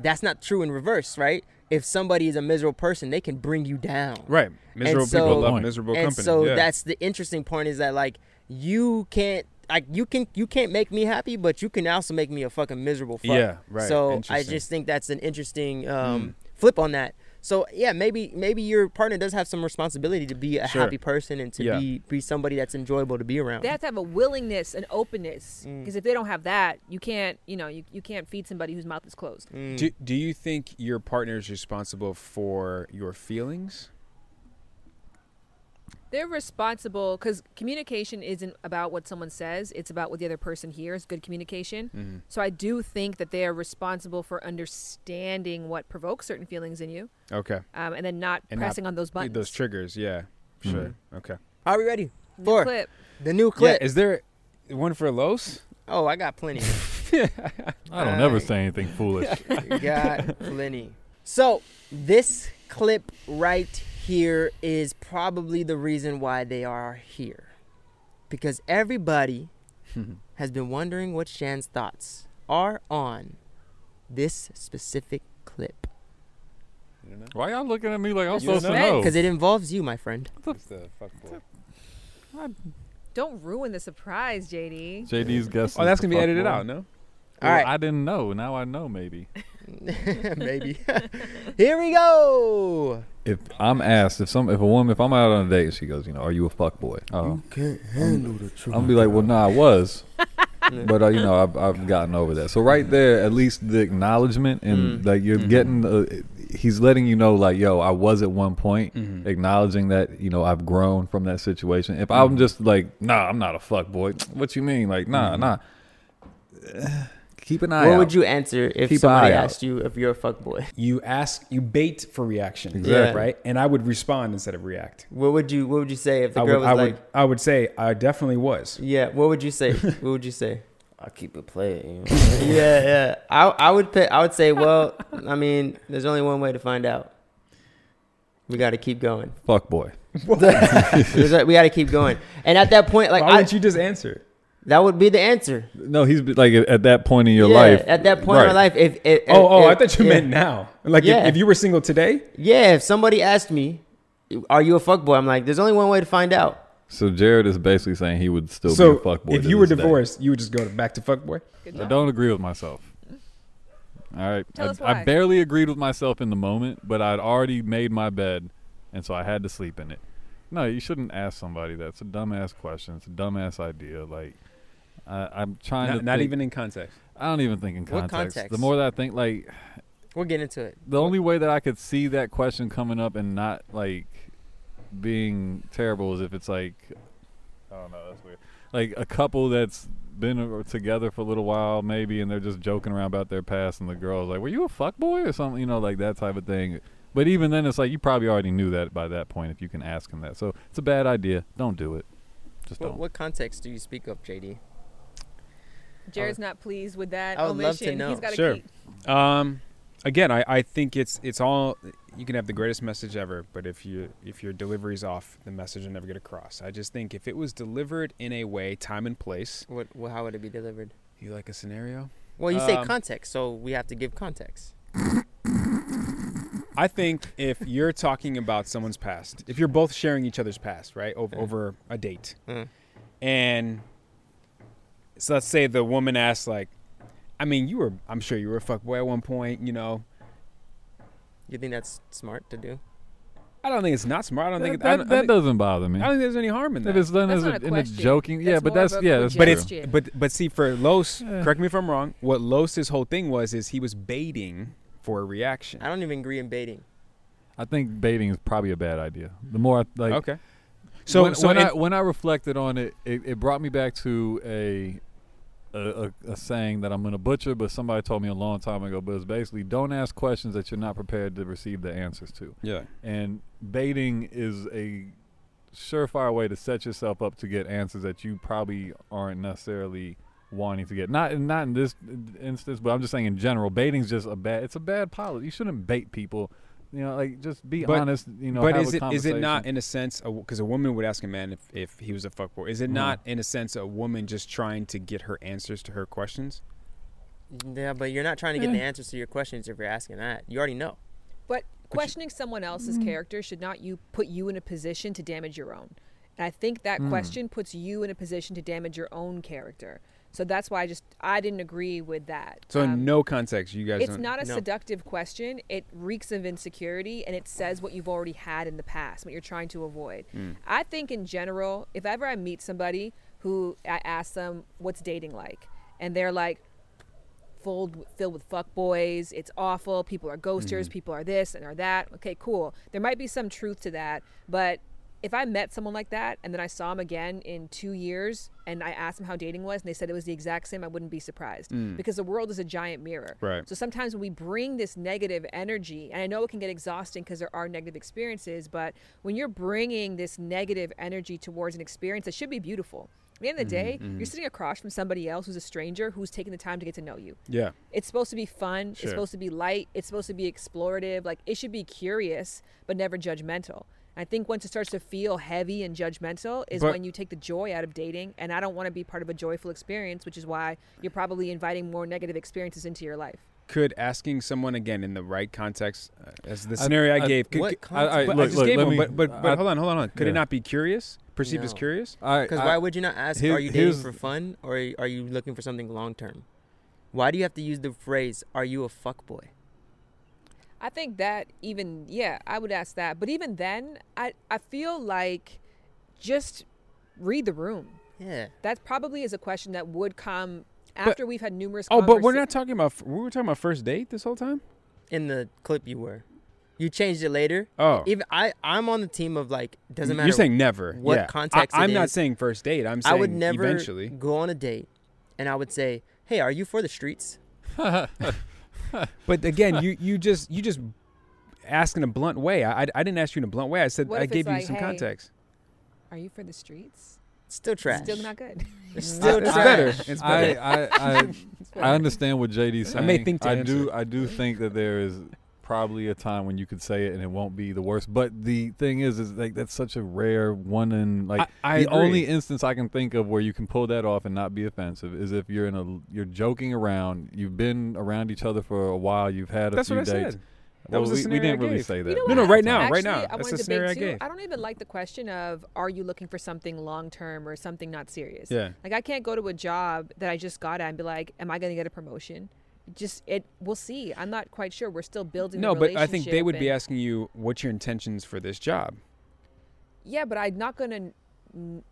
A: that's not true in reverse, right? If somebody is a miserable person, they can bring you down.
D: Right. Miserable
A: so-
D: people love
E: Point.
D: miserable
A: and
D: company.
A: so
D: yeah.
A: that's the interesting point is that like you can't like you can you can't make me happy, but you can also make me a fucking miserable fuck.
D: Yeah, right.
A: So I
D: Interesting. Hmm.
A: just think that's an interesting um, flip on that. So yeah, maybe maybe your partner does have some responsibility to be a
D: Sure.
A: happy person and to
D: Yeah.
A: be be somebody that's enjoyable to be around.
C: they have to have a willingness and openness
D: Mm.
C: because if they don't have that you can't you know you, you can't feed somebody whose mouth is closed
A: Mm.
D: Do, do you think your partner is responsible for your feelings?
C: They're responsible because communication isn't about what someone says; it's about what the other person hears. Good communication.
E: Mm-hmm.
C: So I do think that they are responsible for understanding what provokes certain feelings in you,
D: Okay.
C: um, and then not
D: And not
C: pressing on those buttons.
D: Those triggers, yeah.
E: Mm-hmm.
D: Sure. Okay.
A: Are we ready?
C: New
A: Four.
C: clip.
A: The new clip.
D: Yeah, is there one for Los?
A: oh, I got plenty.
B: I don't ever
A: Alright.
B: say anything foolish.
A: got plenty. So this clip right here is probably the reason why they are here, because everybody has been wondering what Shan's thoughts are on this specific clip
B: Why y'all looking at me like I'm
D: You
B: supposed to
D: know?
B: know?
A: because it involves you, my friend.
D: It's the fuck boy.
C: Don't ruin the surprise, JD.
B: JD's guessing.
D: Oh, that's
B: for
D: gonna be edited
B: fuckboy.
D: out, no?
A: All right.
B: Oh, I didn't know. Now I know. Maybe.
A: Maybe. Here we go.
B: If I'm asked if some if a woman if I'm out on a date, she goes, you know, are you a fuck boy?
E: Oh,
H: Can't handle the truth.
B: I'm gonna be like, well, nah, I was, but uh, you know, I've I've gotten over that. So right there, at least the acknowledgement
A: Mm.
B: and like
A: Mm-hmm.
B: you're getting, uh, he's letting you know, like, yo, I was at one point,
A: Mm-hmm.
B: acknowledging that you know I've grown from that situation. If
A: Mm-hmm.
B: I'm just like, nah, I'm not a fuck boy. What you mean? Like, nah,
A: Mm-hmm.
B: nah. Keep an eye.
A: What
B: out.
A: would you answer if
B: Keep an
A: somebody
B: eye out.
A: asked you if you're a fuckboy?
D: You ask you bait for reaction.
A: Exactly.
D: Right? And I would respond instead of react.
A: What would you What would you say if the
D: I
A: girl
D: would,
A: was
D: I
A: like,
D: would I would say I definitely was.
A: "Yeah"? What would you say? what would you say?
H: I keep it playing. You know?
A: Yeah, yeah. I I would pick, I would say, well, I mean, there's only one way to find out. We got to keep going.
B: fuck boy?
A: There's a- we got to keep going. And at that point, like
D: Why
A: I,
D: wouldn't you just answer?
A: that would be the answer.
B: No, he's be- like at- at that point in your
A: yeah,
B: life.
A: At that point in my
B: Right.
A: life, if, if
D: Oh, oh, I
A: if-
D: thought you
A: if-
D: meant now. Like
A: Yeah.
D: if, if you were single today,
A: yeah. If somebody asked me, "Are you a fuckboy?" I'm like, there's only one way to find out.
B: So Jared is basically saying he would still
D: so
B: be a fuck boy.
D: if you were divorced, you would just go to back to fuckboy.
C: Good
B: I
C: job.
B: don't agree with myself. All right.
C: Tell
B: I,
C: us
B: I
C: why.
B: barely agreed with myself in the moment, but I'd already made my bed, and so I had to sleep in it. No, you shouldn't ask somebody that. It's a dumbass question. It's a dumbass idea. Like, I I'm trying
D: Not,
B: to.
D: not
B: think-
D: even in context.
B: I don't even think in
A: What
B: context. The
A: context?
B: more that I think, like,
A: We'll get into it.
B: the only way that I could see that question coming up and not like being terrible is if it's like I don't know, that's weird. Like a couple that's been a- together for a little while, maybe, and they're just joking around about their past, and the girl's like, "Were you a fuck boy or something?" You know, like that type of thing. But even then, it's like you probably already knew that by that point if you can ask him that. So it's a bad idea. Don't do it. Just
A: What,
B: don't.
A: what context do you speak of, JD?
C: Jared's not pleased with that
A: I would
C: omission.
A: love to know.
C: He's got to
D: Oh. Sure.
C: keep.
D: Um, again, I, I think it's it's all you can have the greatest message ever, but if you if your delivery's off, the message will never get across. I just think if it was delivered in a way, time and place,
A: What, what how would it be delivered?
D: you like a scenario.
A: Well, you say
D: Um,
A: context, so we have to give context.
D: I think if you're talking about someone's past, if you're both sharing each other's past, right, over, over a date,
A: Mm.
B: Mm-hmm.
D: and so let's say the woman asks, like, I mean, you were, I'm sure you were a fuckboy at one point, you know.
A: You think that's smart to do?
D: I don't think it's not smart. I don't think
B: That,
D: it,
B: that,
D: I don't, I
B: that
D: don't think-
B: doesn't bother me.
D: I don't think there's any harm in that.
B: If it's done
C: That's
B: as a,
C: not a
B: in a
C: question.
B: joking, yeah,
C: That's
B: but
C: more of
B: that's
C: a
B: yeah, that's
D: but
B: true.
D: it's
C: True.
D: but but see for Los,
B: Yeah.
D: correct me if I'm wrong. What Los's whole thing was is he was baiting for a reaction.
A: I don't even agree in baiting.
B: I think baiting is probably a bad idea. The more I like,
D: okay. So
B: when,
D: so
B: when
D: it-
B: I when I reflected on it, it, it brought me back to a a, a, a saying that I'm going to butcher, but somebody told me a long time ago. But it's basically don't ask questions that you're not prepared to receive the answers to.
D: yeah.
B: And baiting is a surefire way to set yourself up to get answers that you probably aren't necessarily wanting to get. Not not in this instance, but I'm just saying in general, baiting's just a bad. It's a bad policy. You shouldn't bait people. You know, like just be
D: But-
B: honest. You know,
D: but
B: have
D: is
B: a
D: it is it
B: conversation.
D: not in a sense because a, woman would ask a man if, if he was a fuckboy? Is it
B: Mm-hmm.
D: not in a sense a woman just trying to get her answers to her questions?
A: Yeah, but you're not trying to get the answers to your questions if you're asking that. You already know.
C: But questioning someone else's
A: Mm.
C: character should not you put you in a position to damage your own. And I think that
A: Mm.
C: question puts you in a position to damage your own character. So that's why I just I didn't agree with that.
D: So
C: Um,
D: in no context, you guys
C: it's
D: don't.
C: not a
A: no.
C: seductive question. It reeks of insecurity and it says what you've already had in the past, what you're trying to avoid.
D: Mm.
C: I think in general, if ever I meet somebody who I ask them what's dating like and they're like filled filled with fuck boys, it's awful, people are ghosters, people are this and are that. Okay, cool. There might be some truth to that, but if I met someone like that and then I saw him again in two years and I asked them how dating was and they said it was the exact same, I wouldn't be surprised because the world is a giant mirror.
D: Right.
C: So sometimes when we bring this negative energy, and I know it can get exhausting because there are negative experiences, but when you're bringing this negative energy towards an experience that should be beautiful, at the end of the day, you're sitting across from somebody else who's a stranger who's taking the time to get to know you.
D: Yeah.
C: It's supposed to be fun.
D: Sure.
C: It's supposed to be light. It's supposed to be explorative. Like it should be curious, but never judgmental. I think once it starts to feel heavy and judgmental is
D: But-
C: when you take the joy out of dating. And I don't want to be part of a joyful experience, which is why you're probably inviting more negative experiences into your life.
D: Could asking someone again in the right context, uh, as the scenario I, gave, could,
A: what
D: could-
B: I, I,
D: but I
B: look,
D: just
B: look,
D: gave
B: let me-
D: one, but but, but
B: I-
D: hold on, hold on, hold on. Could
B: yeah.
D: it not be curious? Perceived as
A: No.
D: curious?
B: all right,
A: Because
B: I-
A: why would you not ask?
B: here-
A: are you dating
B: here's-
A: for fun, or are you looking for something long term? Why do you have to use the phrase "Are you a fuck boy"?
C: I think that even yeah, I would ask that. But even then, I I feel like just read the room.
A: Yeah.
C: That probably is a question that would come after we've had numerous.
D: Oh, but we're
C: conversa-
D: not talking about. f- We were talking about first date this whole time.
A: In the clip you were, you changed it later.
D: Oh,
A: Even I, I'm on the team of like doesn't matter.
D: You're saying never.
A: what
D: yeah.
A: context
D: I,
A: it
D: am not
A: is.
D: saying first date. I'm saying
A: I would never
D: eventually.
A: go on a date, and I would say, "Hey, are you for the streets?"
D: But again, you you just you just ask in a blunt way. I, I, I didn't ask you in a blunt way. I said
C: What if
D: I
C: it's
D: gave you
C: like,
D: some
C: hey,
D: context.
C: Are you for the streets?
A: Still trash.
C: Still not good.
A: It's still
D: it's
A: trash.
D: better. It's
B: I,
D: better.
B: I, I, I understand what JD's
D: I
B: saying.
D: may think to
B: I do.
D: answer.
B: I do think that there is probably a time when you could say it and it won't be the worst. But the thing is, is like that's such a rare one. And like
D: I- I
B: the
D: agree.
B: only instance I can think of where you can pull that off and not be offensive is if you're in a you're joking around. You've been around each other for a while. You've had a
D: That's
B: few
D: what I
B: dates.
D: said. That was the
B: we, we
D: scenario I
B: didn't really
D: gave.
B: say that.
C: You know
D: No, no,
C: what?
D: right now,
C: Actually,
D: right now.
C: I
D: That's
C: wanted
D: the
C: to
D: scenario I
C: debate too.
D: gave.
C: I don't even like the question of are you looking for something long term or something not serious?
D: Yeah.
C: Like I can't go to a job that I just got at and be like, am I going to get a promotion? Just it. We'll see. I'm not quite sure. We're still building.
D: No,
C: the
D: but I think they
C: relationship
D: would be
C: and-
D: asking you what's your intentions for this job.
C: yeah, but I'm not gonna. n-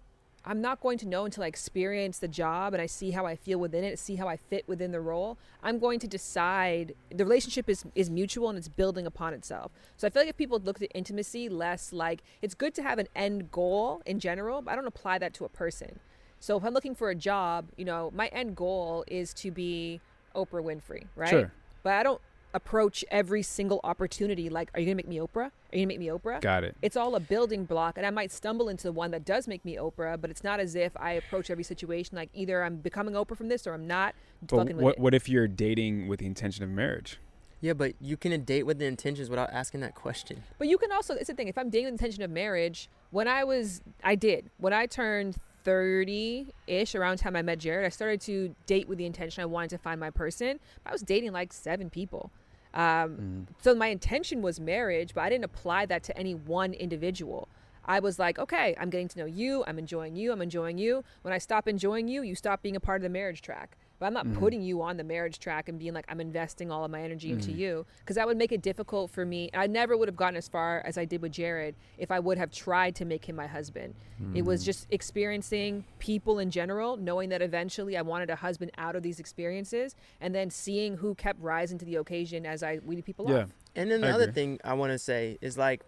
C: I'm not going to know until I experience the job and I see how I feel within it, see how I fit within the role. I'm going to decide the relationship is is mutual and it's building upon itself. So I feel like if people looked at intimacy less like it's good to have an end goal in general, but I don't apply that to a person. So if I'm looking for a job, you know, my end goal is to be Oprah Winfrey, right?
D: Sure.
C: But I don't approach every single opportunity like, are you gonna make me Oprah? Are you gonna make me Oprah?
D: Got it.
C: it's all a building block and i might stumble into one that does make me oprah but it's not as if i approach every situation like either i'm becoming oprah from this or i'm not
D: But
C: fucking with
D: what
C: it.
D: what if you're dating with the intention of marriage?
A: Yeah, but you can date with the intentions without asking that question.
C: but you can also it's the thing if i'm dating with the intention of marriage when i was i did when i turned 30-ish around the time i met jared i started to date with the intention i wanted to find my person i was dating like seven people um, so my intention was marriage but i didn't apply that to any one individual I was like, okay, I'm getting to know you. I'm enjoying you. I'm enjoying you. When I stop enjoying you, you stop being a part of the marriage track. But I'm not putting you on the marriage track and being like, I'm investing all of my energy into you because that would make it difficult for me. I never would have gotten as far as I did with Jared if I would have tried to make him my husband. It was just experiencing people in general, knowing that eventually I wanted a husband out of these experiences, and then seeing who kept rising to the occasion as I weeded people off.
A: And then the
D: I
A: other
D: agree.
A: thing I want to say is like,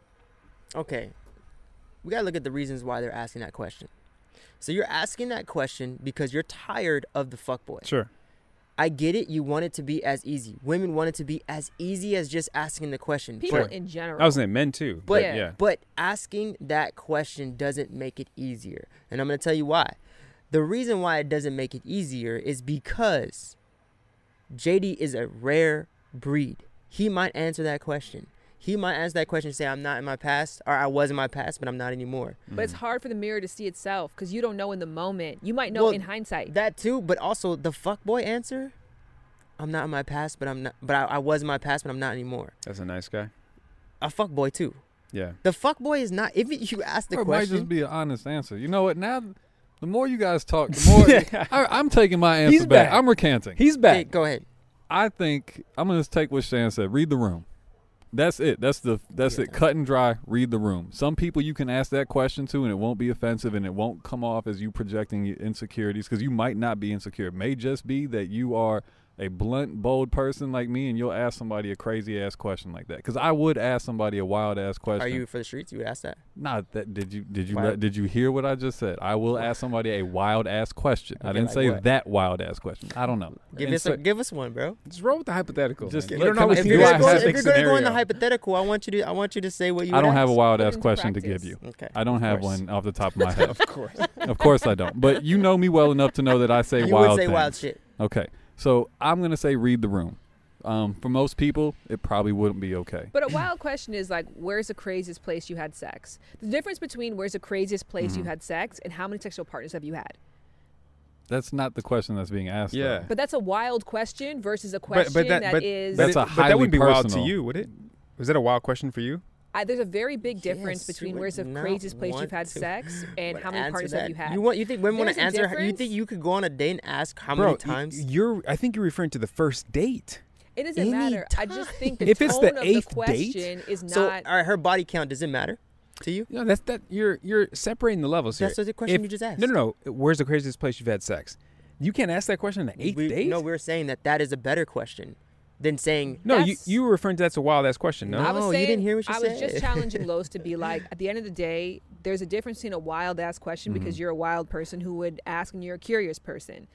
A: okay, we gotta look at the reasons why they're asking that question. So you're asking that question because you're tired of the fuckboy.
D: Sure.
A: I get it. You want it to be as easy. Women want it to be as easy as just asking the question.
C: People
A: but,
C: in general.
D: I was saying men too.
A: but,
D: yeah.
A: but asking that question doesn't make it easier. And I'm gonna tell you why. The reason why it doesn't make it easier is because JD is a rare breed. He might answer that question. He might answer that question and say, I'm not in my past, or I was in my past, but I'm not anymore.
C: But
D: Mm. Mm-hmm.
C: it's hard for the mirror to see itself because you don't know in the moment. You might know
A: Well,
C: in hindsight.
A: That too, but also the fuckboy answer. I'm not in my past, but I'm not but I, I was in my past, but I'm not anymore.
D: That's a nice guy.
A: A fuckboy too.
D: Yeah.
A: The fuckboy is not if you ask the
B: or it might
A: question.
B: just be an honest answer. You know what? Now, the more you guys talk, the more I, I'm taking my answer
D: He's
B: back.
D: back.
B: I'm recanting.
D: He's
A: Okay,
D: back.
A: go ahead.
B: I think I'm gonna just take what Shan said. Read the room. That's it. That's the that's it.
A: Yeah.
B: Cut and dry. Read the room. Some people you can ask that question to, and it won't be offensive, and it won't come off as you projecting your insecurities because you might not be insecure. It may just be that you are a blunt, bold person like me, and you'll ask somebody a crazy ass question like that. Because I would ask somebody a wild ass question.
A: Are you for the streets? You would ask that.
B: Not that did you did you
A: Wild-
B: let- did you hear what I just said? I will ask somebody a wild ass question. I
A: Okay,
B: didn't
A: like
B: say
A: what?
B: that wild ass question. I don't know.
A: Give
B: And
A: us
B: so-
A: a, give us one, bro.
D: Just roll with the hypothetical.
B: Just
D: man.
B: let-
D: you don't know
B: can we
D: what
A: If
B: see
A: you're,
B: why
A: gonna go,
B: I
A: if
B: have
A: you're gonna go in the
D: scenario.
A: hypothetical, I want you to I want you to say what you.
B: I
A: would
B: don't have a
A: ask.
B: wild
C: Put it
B: ass
C: into
B: question to
C: practice.
B: give you.
A: Okay.
B: I don't have
A: Practice.
B: one off the top of my head.
D: Of course.
B: of course I don't. But you know me well enough to know that I say
A: you
B: wild
A: would say
B: things.
A: wild shit.
B: Okay. So I'm gonna say read the room. Um, for most people, it probably wouldn't be okay.
C: But a wild question is like, where's the craziest place you had sex? The difference between where's the craziest place you had sex and how many sexual partners have you had.
B: That's not the question that's being asked. though.
D: Yeah.
C: But that's a wild question versus a question
D: but that- but-
C: that is.
B: That's
D: but
B: a
D: it- but that wouldn't be
B: highly
D: wild to
B: personal.
D: you, would it? Was that a wild question for you?
C: I, there's a very big difference
A: Yes, you
C: between
A: would
C: where's the
A: not
C: craziest place you've
A: want
C: had
A: to-
C: sex and
A: Would
C: how many
A: answer
C: parties
A: that.
C: have you had.
A: want you think women want
C: There's
A: to
C: a
A: answer? You think
C: difference.
A: you could go on a date and ask how
D: Bro,
A: many
D: y-
A: times?
D: You're. I think you're referring to the first date.
C: it doesn't
A: any
C: matter. I just think the
D: If
C: tone
D: it's the
C: of
D: eighth
C: the
D: date,
C: question is not.
A: so, all right, her body count does it matter to you?
D: You know, that's that. You're you're separating the levels here.
A: That's the question
D: If-
A: you just asked.
D: No, no, no. Where's the craziest place you've had sex? You can't ask that question on the eighth
A: we,
D: date.
A: No, we're saying that that is a better question than saying
D: No, you,
C: That's-
D: you were referring to that's a wild ass question. No,
C: I was
A: No, Oh, you
C: saying,
A: didn't hear what she
C: I was just
A: said.
C: challenging Los to be like, at the end of the day, there's a difference between a wild ass question because
A: Mm-hmm.
C: you're a wild person who would ask and you're a curious person.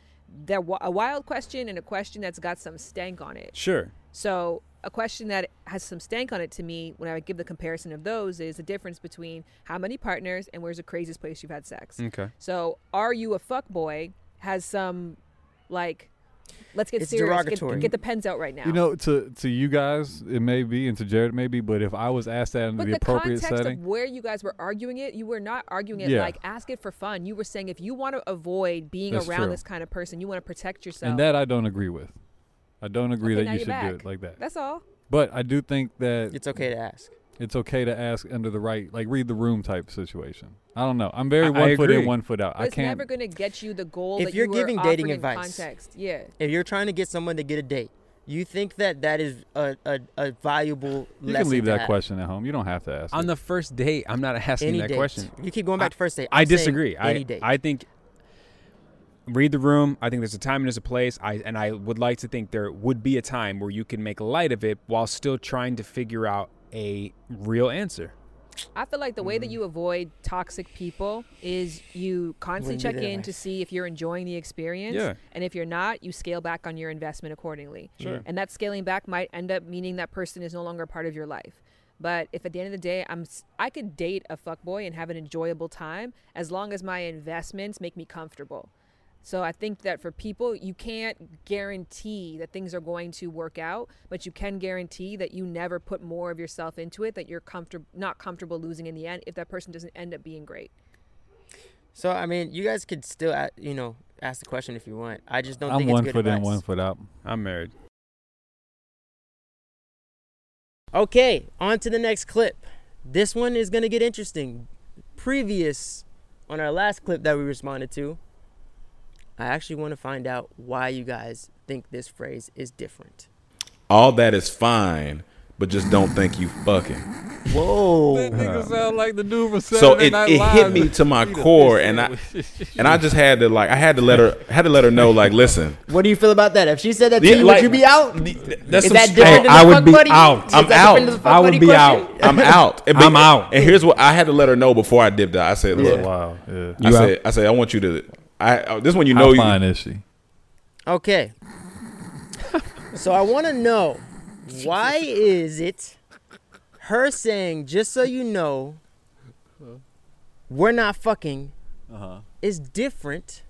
C: That wi- a wild question and a question that's got some stank on it.
D: sure.
C: So a question that has some stank on it to me, when I would give the comparison of those, is the difference between how many partners and where's the craziest place you've had sex.
A: Mm.
D: Okay.
C: So are you a fuck boy? Has some like, let's get
A: It's
C: serious. get-
A: derogatory.
C: Get, the pens out right now.
B: You know, to to you guys it may be, and to Jared it may be, but if I was asked that in
C: But
B: the,
C: the
B: appropriate
C: context
B: setting,
C: of where you guys were arguing it, you were not arguing it
B: Yeah.
C: like ask it for fun. You were saying if you want to avoid being
B: That's
C: around
B: true.
C: this kind of person, you want to protect yourself.
B: and that I don't agree with. I don't agree
C: Okay,
B: that
C: now
B: you should
C: you're
B: do
C: back.
B: it like that.
C: That's all.
B: But I do think that
A: it's okay to ask.
B: it's okay to ask under the right, like read the room type situation. I don't know. I'm very
D: I- I
B: one foot in,
D: agree.
B: one foot out.
C: But
B: I
C: it's
B: can't.
C: never going to get you the goal.
A: If
C: that
A: you're
C: you were
A: giving dating
C: offering in
A: advice-
C: context, yeah.
A: If you're trying to get someone to get a date, you think that that is a, a, a valuable
B: you
A: lesson
B: can leave
A: to
B: that
A: have.
B: question at home. You don't have to ask.
D: On
B: it.
D: the first date, I'm not asking
A: Any
D: that
A: date.
D: question.
A: You keep going back to first date.
D: I
A: I'm saying
D: disagree.
A: Any
D: I
A: date.
D: I think read the room. I think there's a time and there's a place. I and I would like to think there would be a time where you can make light of it while still trying to figure out a real answer.
C: I feel like the
B: Mm.
C: way that you avoid toxic people is you constantly
A: Wouldn't do
C: check
A: that
C: in to
A: advice.
C: see if you're enjoying the experience.
D: Yeah.
C: And if you're not, you scale back on your investment accordingly.
D: Sure.
C: And that scaling back might end up meaning that person is no longer a part of your life. But if at the end of the day I'm s- I could date a fuckboy and have an enjoyable time as long as my investments make me comfortable. So I think that for people, you can't guarantee that things are going to work out, but you can guarantee that you never put more of yourself into it that you're comfortable not comfortable losing in the end if that person doesn't end up being great.
A: so. I mean, you guys could still a- you know ask the question if you want. I just don't
B: I'm
A: think
B: one
A: it's good
B: foot in,
A: advice.
B: one foot out.
D: I'm married.
A: Okay, on to the next clip. This one is gonna get interesting. Previous on our last clip that we responded to, I actually want to find out why you guys think this phrase is different.
I: All that is fine, but just don't think you fucking.
A: Whoa.
B: nigga sound like the dude from
I: So it, it hit me to my core, and I and I just had to like I had to let her had to let her know like listen.
A: What do you feel about that? If she said that to you,
I: like-
A: would you be out?
I: That's
A: Is
I: some
A: that
I: straight-
A: different than
D: I
A: the
D: would
A: fuck
D: be
A: buddy?
D: out.
A: Is that
I: I'm
A: different
I: out.
A: than the fuck
D: I would
A: buddy
D: be
A: question?
D: out.
I: I'm out. And-
D: I'm out.
I: And here's what I had to let her know before I dipped out. I said, look,
B: Wow. Yeah.
I: I
D: You out.
I: said, I said, I want you to. I oh, this one you know
B: How
I: you.
B: fine is she?
A: Okay. so I want to know why is it her saying just so you know we're not fucking
B: Uh-huh.
A: is different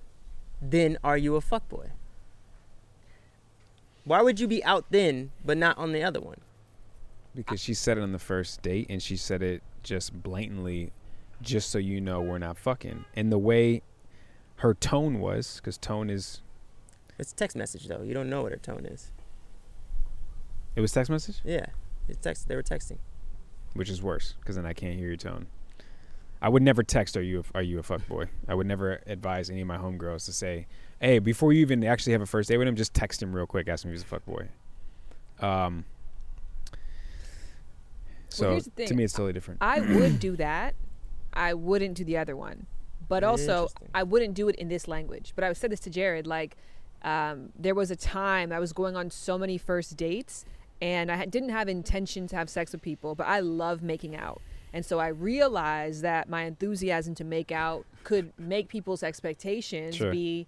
A: than are you a fuckboy? Why would you be out then but not on the other one?
D: Because she said it on the first date and she said it just blatantly, just so you know we're not fucking. And the way her tone was, because tone is
A: It's a text message though. You don't know what her tone is.
D: it was text message,
A: Yeah. It's text they were texting.
D: which is worse, because then I can't hear your tone. I would never text are you a, are you a fuck boy? I would never advise any of my homegirls to say, hey, before you even actually have a first date with him, just text him real quick, ask him if he's a fuck boy. Um. So
C: here's the
D: to
C: thing.
D: me, it's totally different.
C: I would do that. I wouldn't do the other one. But also,
A: Interesting.
C: I wouldn't do it in this language. But I said this to Jared, like, um, there was a time I was going on so many first dates and I had- didn't have intention to have sex with people, but I love making out. And so I realized that my enthusiasm to make out could make people's expectations
D: Sure.
C: be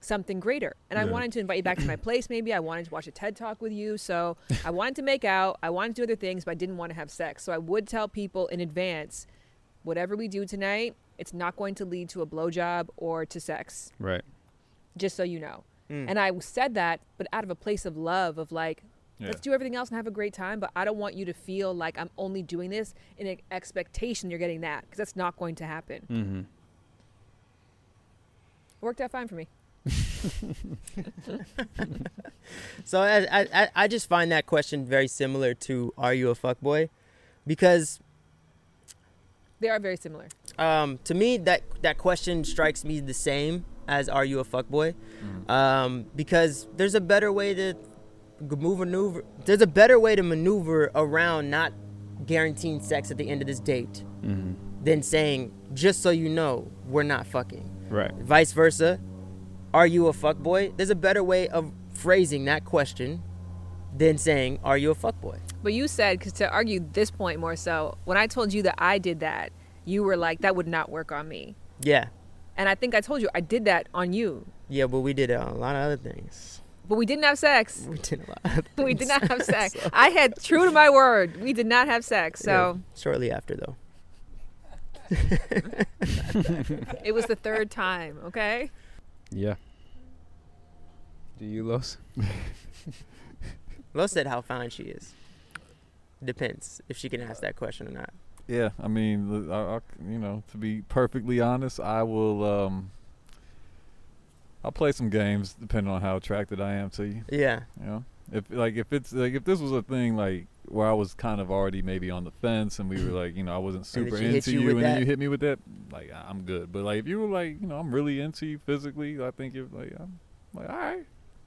C: something greater. And I
B: Yeah.
C: wanted to invite you back to my place, maybe. I wanted to watch a TED talk with you. So I wanted to make out. I wanted to do other things, but I didn't want to have sex. So I would tell people in advance whatever we do tonight, it's not going to lead to a blowjob or to sex
D: Right.
C: just so you know.
A: Mm.
C: And I said that, but out of a place of love, of like,
B: Yeah.
C: let's do everything else and have a great time, but I don't want you to feel like I'm only doing this in an expectation you're getting that, because that's not going to happen.
D: Mm-hmm.
C: It worked out fine for me.
A: So I, I, I- I just find that question very similar to "Are you a fuckboy?" Because
C: They are very similar.
A: um, to me, that that question strikes me the same as "Are you a fuckboy?" Um, because there's a better way to g- move maneuver. There's a better way to maneuver around not guaranteeing sex at the end of this date
B: Mm-hmm.
A: than saying, "Just so you know, we're not fucking."
D: Right.
A: Vice versa, "Are you a fuckboy?" There's a better way of phrasing that question than saying, "Are you a fuckboy?"
C: But you said, because to argue this point more so, when I told you that I did that, you were like, that would not work on me.
A: Yeah.
C: And I think I told you I did that on you,
A: Yeah, but we did a lot of other things.
C: but we didn't have sex.
A: We did a lot. Of things.
C: We did not have sex. I had true to my word. We did not have sex. So
A: Yeah, shortly after though.
C: it was the third time, okay?
D: Yeah. Do you, Los?
A: Lo said how fine she is. Depends if she can ask that question or not.
B: Yeah, I mean, l- I, I c- you know, to be perfectly honest, I will. um I'll play some games depending on how attracted I am to you.
A: Yeah.
B: You know, if like if it's like if this was a thing like where I was kind of already maybe on the fence and we were like you know I wasn't
A: And then
B: super
A: she hit
B: into
A: you
B: you,
A: with
B: and then
A: that.
B: you hit me with that, like I- I'm good. But like if you were like you know I'm really into you physically, I think you're like I'm like all right,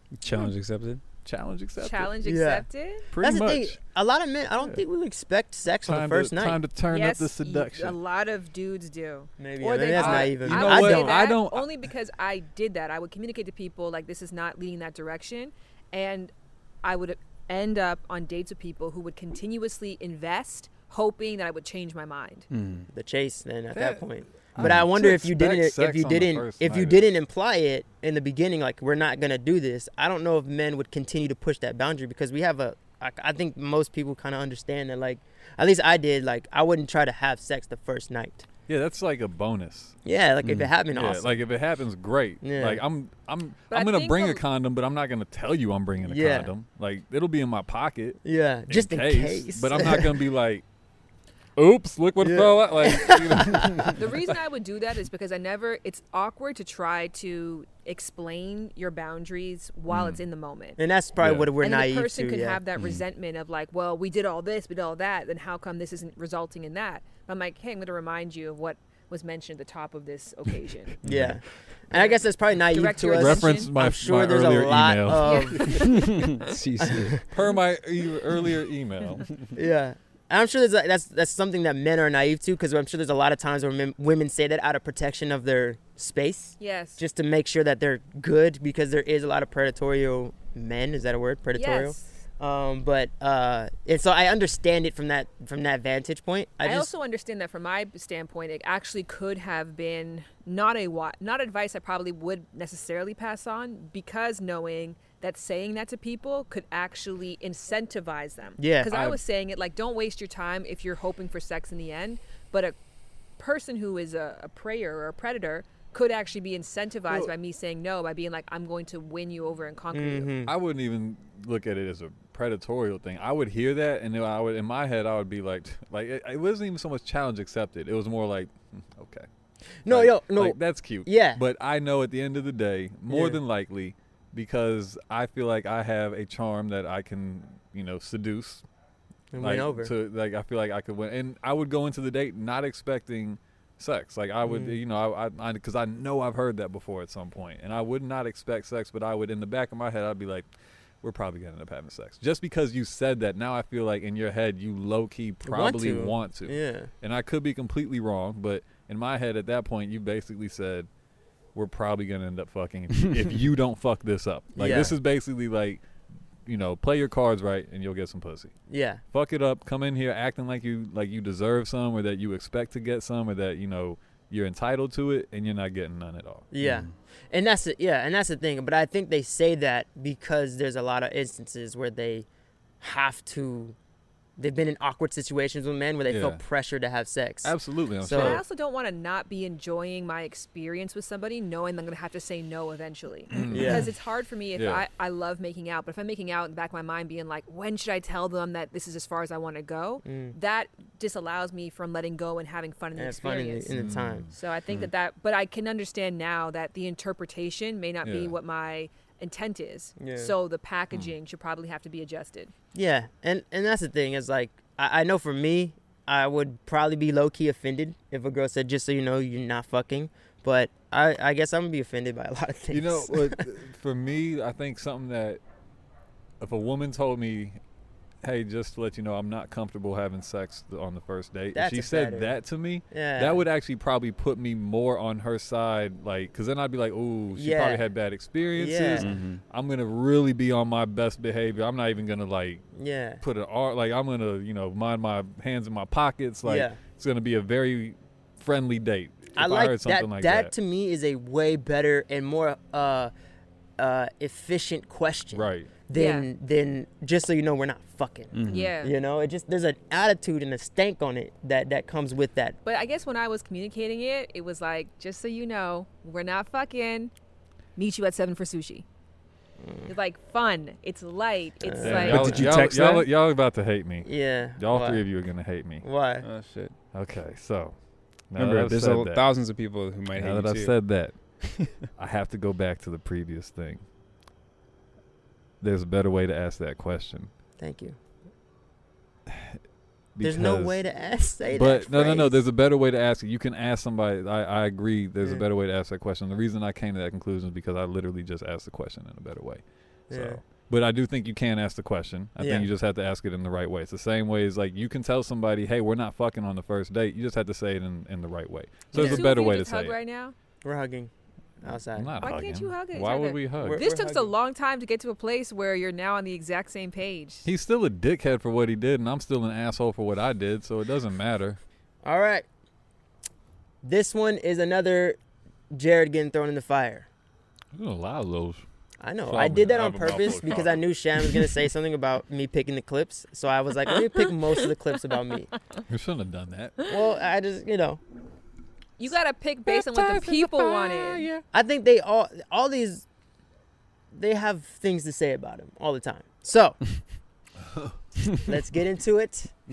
C: Hmm.
D: Challenge accepted.
B: challenge accepted.
C: Challenge
A: Yeah.
C: accepted.
B: Pretty
A: That's
B: much.
A: the thing. A lot of men, I don't
B: Yeah.
A: think we would expect sex on
B: Time
A: the first
B: to,
A: night.
B: Time to turn up the
C: y- um,
B: seduction.
C: a lot of dudes do.
A: Maybe.
C: Or
A: I mean,
C: they
A: that's
C: do.
A: not even.
B: You
C: I,
B: know
C: would
B: what?
C: say
B: don't- I
C: that
B: don't-
C: only because I did that. I would communicate to people like this is not leading that direction, and I would end up on dates with people who would continuously invest, hoping that I would change my mind.
B: Mm-hmm.
A: the chase then at that,
B: That-
A: point.
B: I
A: But I,
B: mean, to
A: wonder if you
B: expect
A: didn't if
B: sex
A: you
B: on the
A: didn't
B: first
A: if you
B: night is-
A: didn't imply it in the beginning like we're not going to do this. I don't know if men would continue to push that boundary because we have a I, I think most people kind of understand that like at least I did like I wouldn't try to have sex the first night.
B: yeah, that's like a bonus.
A: Yeah, like if it happened
B: Mm. yeah,
A: awesome.
B: like if it happens, great.
A: Yeah.
B: Like I'm, I'm,
C: But I
B: I'm gonna
C: think
B: bring
C: a-
B: a condom, but I'm not gonna tell you I'm bringing a
A: Yeah.
B: condom. Like it'll be in my pocket,
A: yeah, just in case.
B: But I'm not gonna be like, "Oops, look what fell out." Like, you know.
C: the reason I would do that is because I never. It's awkward to try to explain your boundaries while
A: Mm.
C: it's in the moment.
A: and that's probably
B: Yeah.
A: what we're
C: and
A: naive
C: the person
A: to.
C: can
A: yeah. Mm.
C: have that resentment of like, well, we did all this, we did all that, then how come this isn't resulting in that? But I'm like, hey, I'm going to remind you of what was mentioned at the top of this occasion.
A: yeah. And I guess that's probably naive
C: Direct
A: to
C: your
A: us.
C: attention.
B: reference my,
A: I'm sure
B: my
A: there's a
B: earlier
A: lot
B: email.
A: of
D: CC.
B: per my e- earlier email,
A: Yeah. And I'm sure there's a, that's that's something that men are naive to because I'm sure there's a lot of times where men, women say that out of protection of their space,
C: yes.
A: just to make sure that they're good because there is a lot of predatorial men. Is that a word? Predatorial.
C: Yes.
A: Um, but uh, and so I understand it from that from that vantage point. I,
C: I,
A: just
C: also understand that from my standpoint, it actually could have been not a wa- not advice I probably would necessarily pass on because knowing that saying that to people could actually incentivize them.
A: Yeah,
C: Because I,
B: I-
C: was saying it like, don't waste your time if you're hoping for sex in the end. But a person who is a, a prayer or a predator could actually be incentivized by me saying no by being like, I'm going to win you over and conquer
A: Mm-hmm.
C: you.
B: I wouldn't even look at it as a predatorial thing. I would hear that, and then I would, in my head, I would be like, like it, it wasn't even so much challenge accepted. It was more like, "Mm, okay.
A: no,
B: Like-
A: yo, no,
B: like, that's cute.
A: Yeah.
B: But I know at the end of the day, more
A: Yeah.
B: than likely, because I feel like I have a charm that I can, you know, seduce.
A: it
B: like,
A: went over.
B: To like, I feel like I could win, and I would go into the date not expecting sex. Like I would,
A: Mm.
B: you know, I, I, because I, know I've heard that before at some point, and I would not expect sex, but I would, in the back of my head, I'd be like. We're probably gonna end up having sex just because you said that. Now I feel like in your head you low key probably
A: to.
B: want to
A: yeah,
B: and I could be completely wrong, but in my head at that point, you basically said, we're probably gonna end up fucking if you, if you don't fuck this up. Like
A: Yeah.
B: this is basically like, you know, play your cards right and you'll get some pussy.
A: Yeah.
B: Fuck it up. Come in here acting like you like you deserve some or that you expect to get some or that you know you're entitled to it and you're not getting none at all.
A: Yeah. And that's the, yeah, and that's the thing. But I think they say that because there's a lot of instances where they have to they've been in awkward situations with men where they feel
B: Yeah.
A: pressure to have sex.
B: Absolutely. I'm
A: So-
C: And I
B: sure.
C: also don't want to not be enjoying my experience with somebody, knowing I'm going to have to say no eventually.
A: Yeah.
C: Because it's hard for me if
B: Yeah.
C: I, I love making out, but if I'm making out in the back of my mind being like, when should I tell them that this is as far as I want to go?
A: Mm.
C: That disallows me from letting go and having fun in the
A: And it's fun in
C: experience.
A: the,
B: Mm.
A: in Hmm. the time.
C: so I think that that, but I can understand now that the interpretation may not be
B: Yeah. Hmm.
C: what my intent is.
A: Yeah.
C: So the packaging should probably have to be adjusted.
A: Yeah, and and that's the thing is like I, I know for me, I would probably be low key offended if a girl said, "Just so you know, you're not fucking." But I I guess I'm gonna be offended by a lot of things.
B: You know, what, for me, I think something that if a woman told me, "Hey, just to let you know, I'm not comfortable having sex th- on the first date," if
A: That's
B: she
A: a
B: said
A: better-
B: that to me,
A: yeah,
B: that would actually probably put me more on her side, like, because then I'd be like, "Ooh, she
A: Yeah.
B: probably had bad experiences.
A: Yeah.
B: I'm gonna really be on my best behavior. I'm not even gonna like
A: yeah,
B: put an R, like I'm gonna, you know, mind my hands in my pockets. Like,
A: Yeah.
B: it's gonna be a very friendly date."
A: I
B: if
A: like
B: heard something
A: that,
B: like
A: that. to me is a way better and more uh uh efficient question
B: right.
A: than
C: Yeah.
A: than just so you know we're not fucking.
C: Yeah.
A: You know, it just there's an attitude and a stank on it that that comes with that.
C: But I guess when I was communicating it, it was like, just so you know, we're not fucking. Meet you at seven for sushi. It's like fun. It's light. It's
B: Damn,
C: like
B: y'all-
D: But did you
B: y'all-
D: text
B: y'all,
D: that?
B: y'all about to hate me.
A: Yeah.
B: Y'all
A: why?
B: three of you Uh, are gonna hate me.
A: Why?
D: Oh shit.
B: Okay, so now that
D: Remember,
B: I've
D: there's
B: said
D: a,
B: that,
D: thousands of people who might
B: now that
D: hate you
B: I've
D: too.
B: said that, I have to go back to the previous thing. There's a better way to ask that question.
A: Thank you. There's no
B: because-
A: way to ask say
B: But
A: that.
B: no, no, no.
A: phrase.
B: There's a better way to ask it. You can ask somebody. I, I agree. There's
A: Yeah.
B: a better way to ask that question. The reason I came to that conclusion is because I literally just asked the question in a better way. So,
A: Yeah.
B: but I do think you can ask the question. I
A: Yeah.
B: think you just have to ask it in the right way. It's the same way as like you can tell somebody, "Hey, we're not fucking on the first date." You just have to say it in, in the right way. So
C: Can
B: there's
C: two
B: a
C: of
B: better
C: you
B: way to
C: just hug
B: say
C: right now.
A: We're hugging
B: it.
A: outside.
B: I'm not
C: Why
B: hugging.
C: can't you hug each
B: Why would
C: other?
B: we hug?
A: We're-
C: this took us a
A: hugging.
C: long time to get to a place where you're now on the exact same page.
B: He's still a dickhead for what he did, and I'm still an asshole for what I did. So it doesn't matter.
A: All right. This one is another Jared getting thrown in the fire.
B: You don't allow those.
A: I know.
B: So
A: I
B: I'm
A: did that
B: gonna
A: on
B: have a mouthful
A: purpose
B: of
A: because
B: chocolate.
A: I knew Shan was gonna say something about me picking the clips. So I was like, let me pick most of the clips about me.
C: Uh.
B: You shouldn't have done that.
A: Well, I just you know,
C: You gotta pick based on what the people wanted.
A: I think they all all these they have things to say about him all the time. So let's get into it.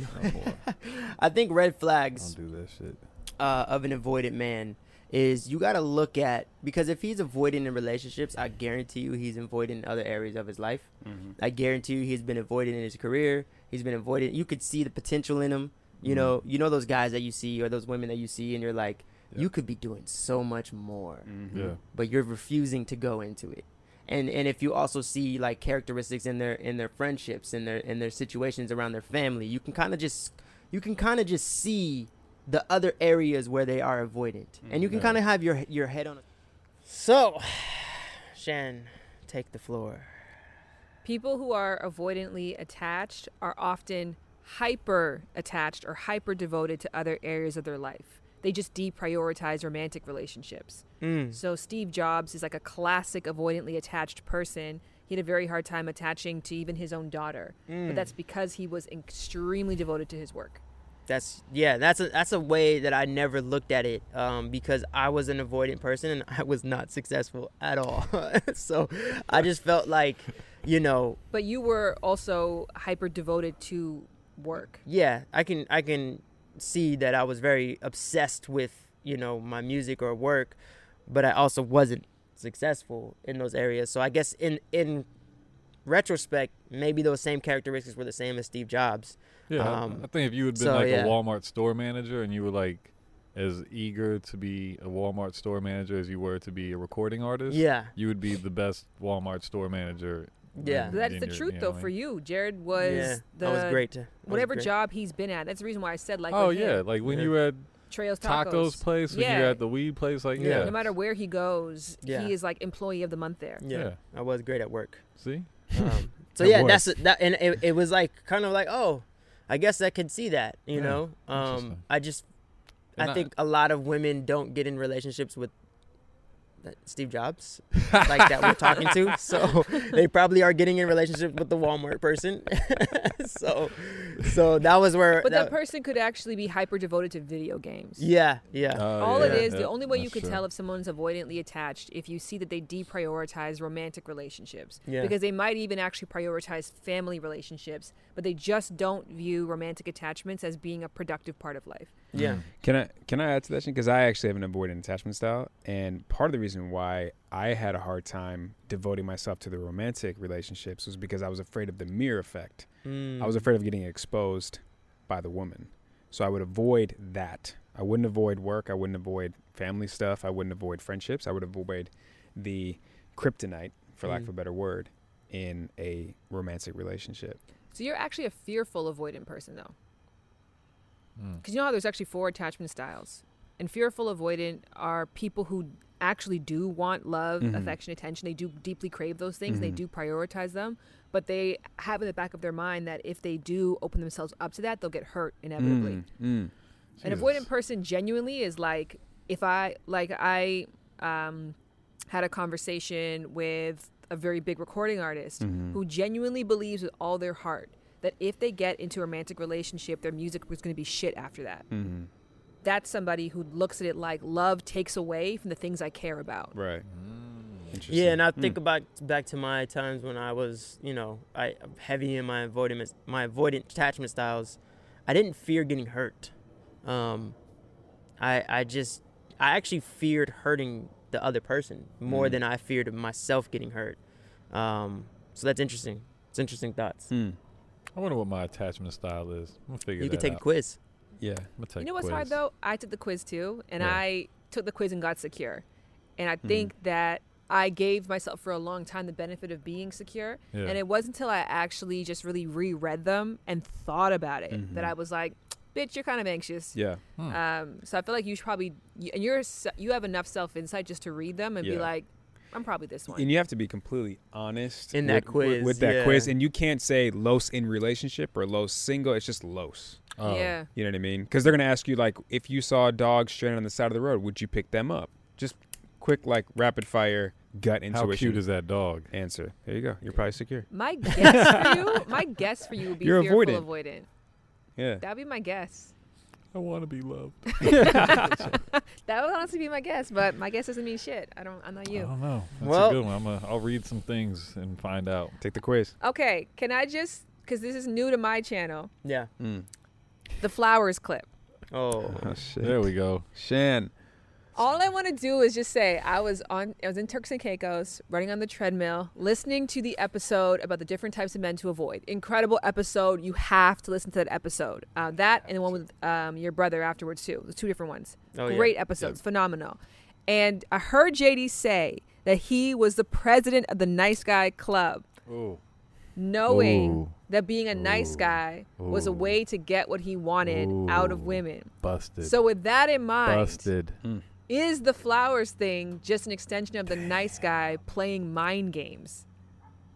A: I think red flags
B: Don't do that shit.
A: uh, of an avoided man is you got to look at because if he's avoiding in relationships, I guarantee you he's avoiding in other areas of his life.
B: Mm-hmm.
A: I guarantee you he's been avoided in his career. He's been avoided. You could see the potential in him.
B: Mm-hmm.
A: You know, you know those guys that you see or those women that you see, and you're like, you could be doing so much more,
B: Yeah.
A: but you're refusing to go into it. And and if you also see like characteristics in their in their friendships and their in their situations around their family, you can kind of just you can kind of just see the other areas where they are avoidant, and you can kind of have your your head on. A- so, Shan, take the floor.
C: People who are avoidantly attached are often hyper attached or hyper devoted to other areas of their life. They just deprioritize romantic relationships.
A: Hmm.
C: So Steve Jobs is like a classic avoidantly attached person. He had a very hard time attaching to even his own daughter,
A: Hmm.
C: but that's because he was extremely devoted to his work.
A: That's yeah. That's a that's a way that I never looked at it um, because I was an avoidant person and I was not successful at all. so I just felt like, you know,
C: But you were also hyper devoted to work.
A: yeah, I can I can see that I was very obsessed with you know my music or work, but I also wasn't successful in those areas. So I guess in in retrospect, maybe those same characteristics were the same as Steve Jobs.
B: Yeah, I-
A: Um,
B: I think if you had been
A: so,
B: like
A: yeah.
B: a Walmart store manager and you were like as eager to be a Walmart store manager as you were to be a recording artist,
A: Yeah,
B: you would be the best Walmart store manager.
A: Yeah.
B: in-
C: That's
B: in
C: the
B: your-
C: truth,
B: know
C: though,
B: what I
C: for
B: mean?
C: you. Jared was
A: yeah,
C: the
A: I was great. I was
C: whatever
A: great.
C: job he's been at. That's the reason why I said like.
B: oh
C: with
B: yeah,
C: him.
B: like when
A: Yeah.
B: you had
C: Trails Tacos.
B: tacos place when
C: Yeah.
B: you're at the weed place. Like,
A: Yeah.
B: yeah.
C: No matter where he goes,
A: Yeah.
C: he is like employee of the month there.
A: Yeah,
B: Yeah.
A: I was great at work.
B: See?
A: Um, so
D: At
A: yeah,
D: work.
A: that's that, and it, it was like kind of like oh, I guess I could see that. You
B: Yeah,
A: know, um,
B: interesting.
A: I just
B: And
A: I think a lot of women don't get in relationships with that Steve Jobs, like that we're talking to. So they probably are getting in relationship with the Walmart person. so, so that was where.
C: But that
A: that-
C: person could actually be hyper devoted to video games.
A: yeah, yeah,
B: Oh,
C: All it
B: yeah,
C: is, the
B: yeah,
C: only way you
B: that's
C: could
B: true.
C: tell if someone's avoidantly attached if you see that they deprioritize romantic relationships.
A: Yeah.
C: Because they might even actually prioritize family relationships, but they just don't view romantic attachments as being a productive part of life.
B: Hmm.
A: yeah.
D: Can I can I add to that? Because I actually have an avoidant attachment style, and part of the reason why I had a hard time devoting myself to the romantic relationships was because I was afraid of the mirror effect. mm.
A: Mm.
D: I was afraid of getting exposed by the woman, so I would avoid that. I wouldn't avoid work. I wouldn't avoid family stuff. I wouldn't avoid friendships. I would avoid the kryptonite, for lack
A: Mm.
D: of a better word, in a romantic relationship.
C: So you're actually a fearful avoidant person, though.
B: Mm.
C: Because you know how there's actually four attachment styles. And fearful avoidant are people who actually do want love,
D: Mhm.
C: affection, attention. They do deeply crave those things. They
D: Mhm.
C: do prioritize them. But they have in the back of their mind that if they do open themselves up to that, they'll get hurt inevitably.
D: Mm.
C: An avoidant person genuinely is like if I like I um, had a conversation with a very big recording artist
D: Mm. Mm-hmm.
C: who genuinely believes with all their heart that if they get into a romantic relationship, their music was going to be shit after that.
D: Mm.
C: That's somebody who looks at it like love takes away from the things I care about.
D: Right. Interesting.
A: Yeah, and I
D: Mm.
A: think about back to my times when I was, you know, I heavy in my avoidant my avoidant attachment styles. I didn't fear getting hurt. Um, I I just I actually feared hurting the other person more
D: Hmm.
A: than I feared myself getting hurt. Um, so that's interesting. It's interesting thoughts.
D: Mm.
B: I wonder what my attachment style is. I'm gonna figure
A: You
B: that
A: could take
B: out.
A: a quiz.
D: Yeah.
B: I'm gonna take
C: you
B: a
C: know what's
B: quiz.
C: hard though? I took the quiz too, and
B: Yeah.
C: I took the quiz and got secure. And I think that I gave myself for a long time the benefit of being secure.
B: Yeah.
C: And it wasn't until I actually just really reread them and thought about it that I was like, "Bitch, you're kind of anxious."
D: Yeah.
C: Um, so I feel like you should probably you- and you're s- you have enough self insight just to read them and be
D: Yeah.
C: like, "I'm probably this one."
D: And you have to be completely honest
A: In
D: with-
A: that
D: with-
A: quiz,
D: With, that
A: yeah.
D: quiz, and you can't say los in relationship or los single. It's just los.
B: Oh,
C: Yeah.
D: You know what I mean? Because they're gonna ask you like, if you saw a dog stranded on the side of the road, would you pick them up? Just quick, like rapid fire gut
B: How
D: intuition
B: cute is that dog?
D: answer. There you go. You're probably secure.
C: My guess for you, my guess for you would be
D: You're
C: fearful
D: avoidant.
C: avoidant.
D: Yeah.
C: That'd be my guess.
B: I want to be loved.
C: That would honestly be my guess, but my guess doesn't mean shit. I don't. I'm not
B: I
C: you.
B: don't know. That's
A: Well-
B: a good one. I'm a, I'll read some things and find out.
D: Take the quiz.
A: Oh.
C: Okay, can I just because this is new to my channel,
A: Yeah.
D: Mm.
C: the flowers clip.
A: Oh.
D: Oh shit.
B: There we go.
D: Shan.
C: All I want to do is just say I was on I was in Turks and Caicos running on the treadmill, listening to the episode about the different types of men to avoid. Incredible episode. You have to listen to that episode. Uh, that and the one with um, your brother afterwards too. The two different ones.
A: Oh, yeah.
C: Great episodes, phenomenal. And I heard JD say that he was the president of the Nice Guy Club.
B: Oh,
C: knowing
B: Ooh.
C: that being a nice
B: Ooh.
C: guy was a
B: Ooh.
C: way to get what he wanted out of
B: Ooh.
C: women.
B: busted.
C: So with that in mind,
B: busted.
C: is the flowers thing just an extension of the nice guy playing mind games?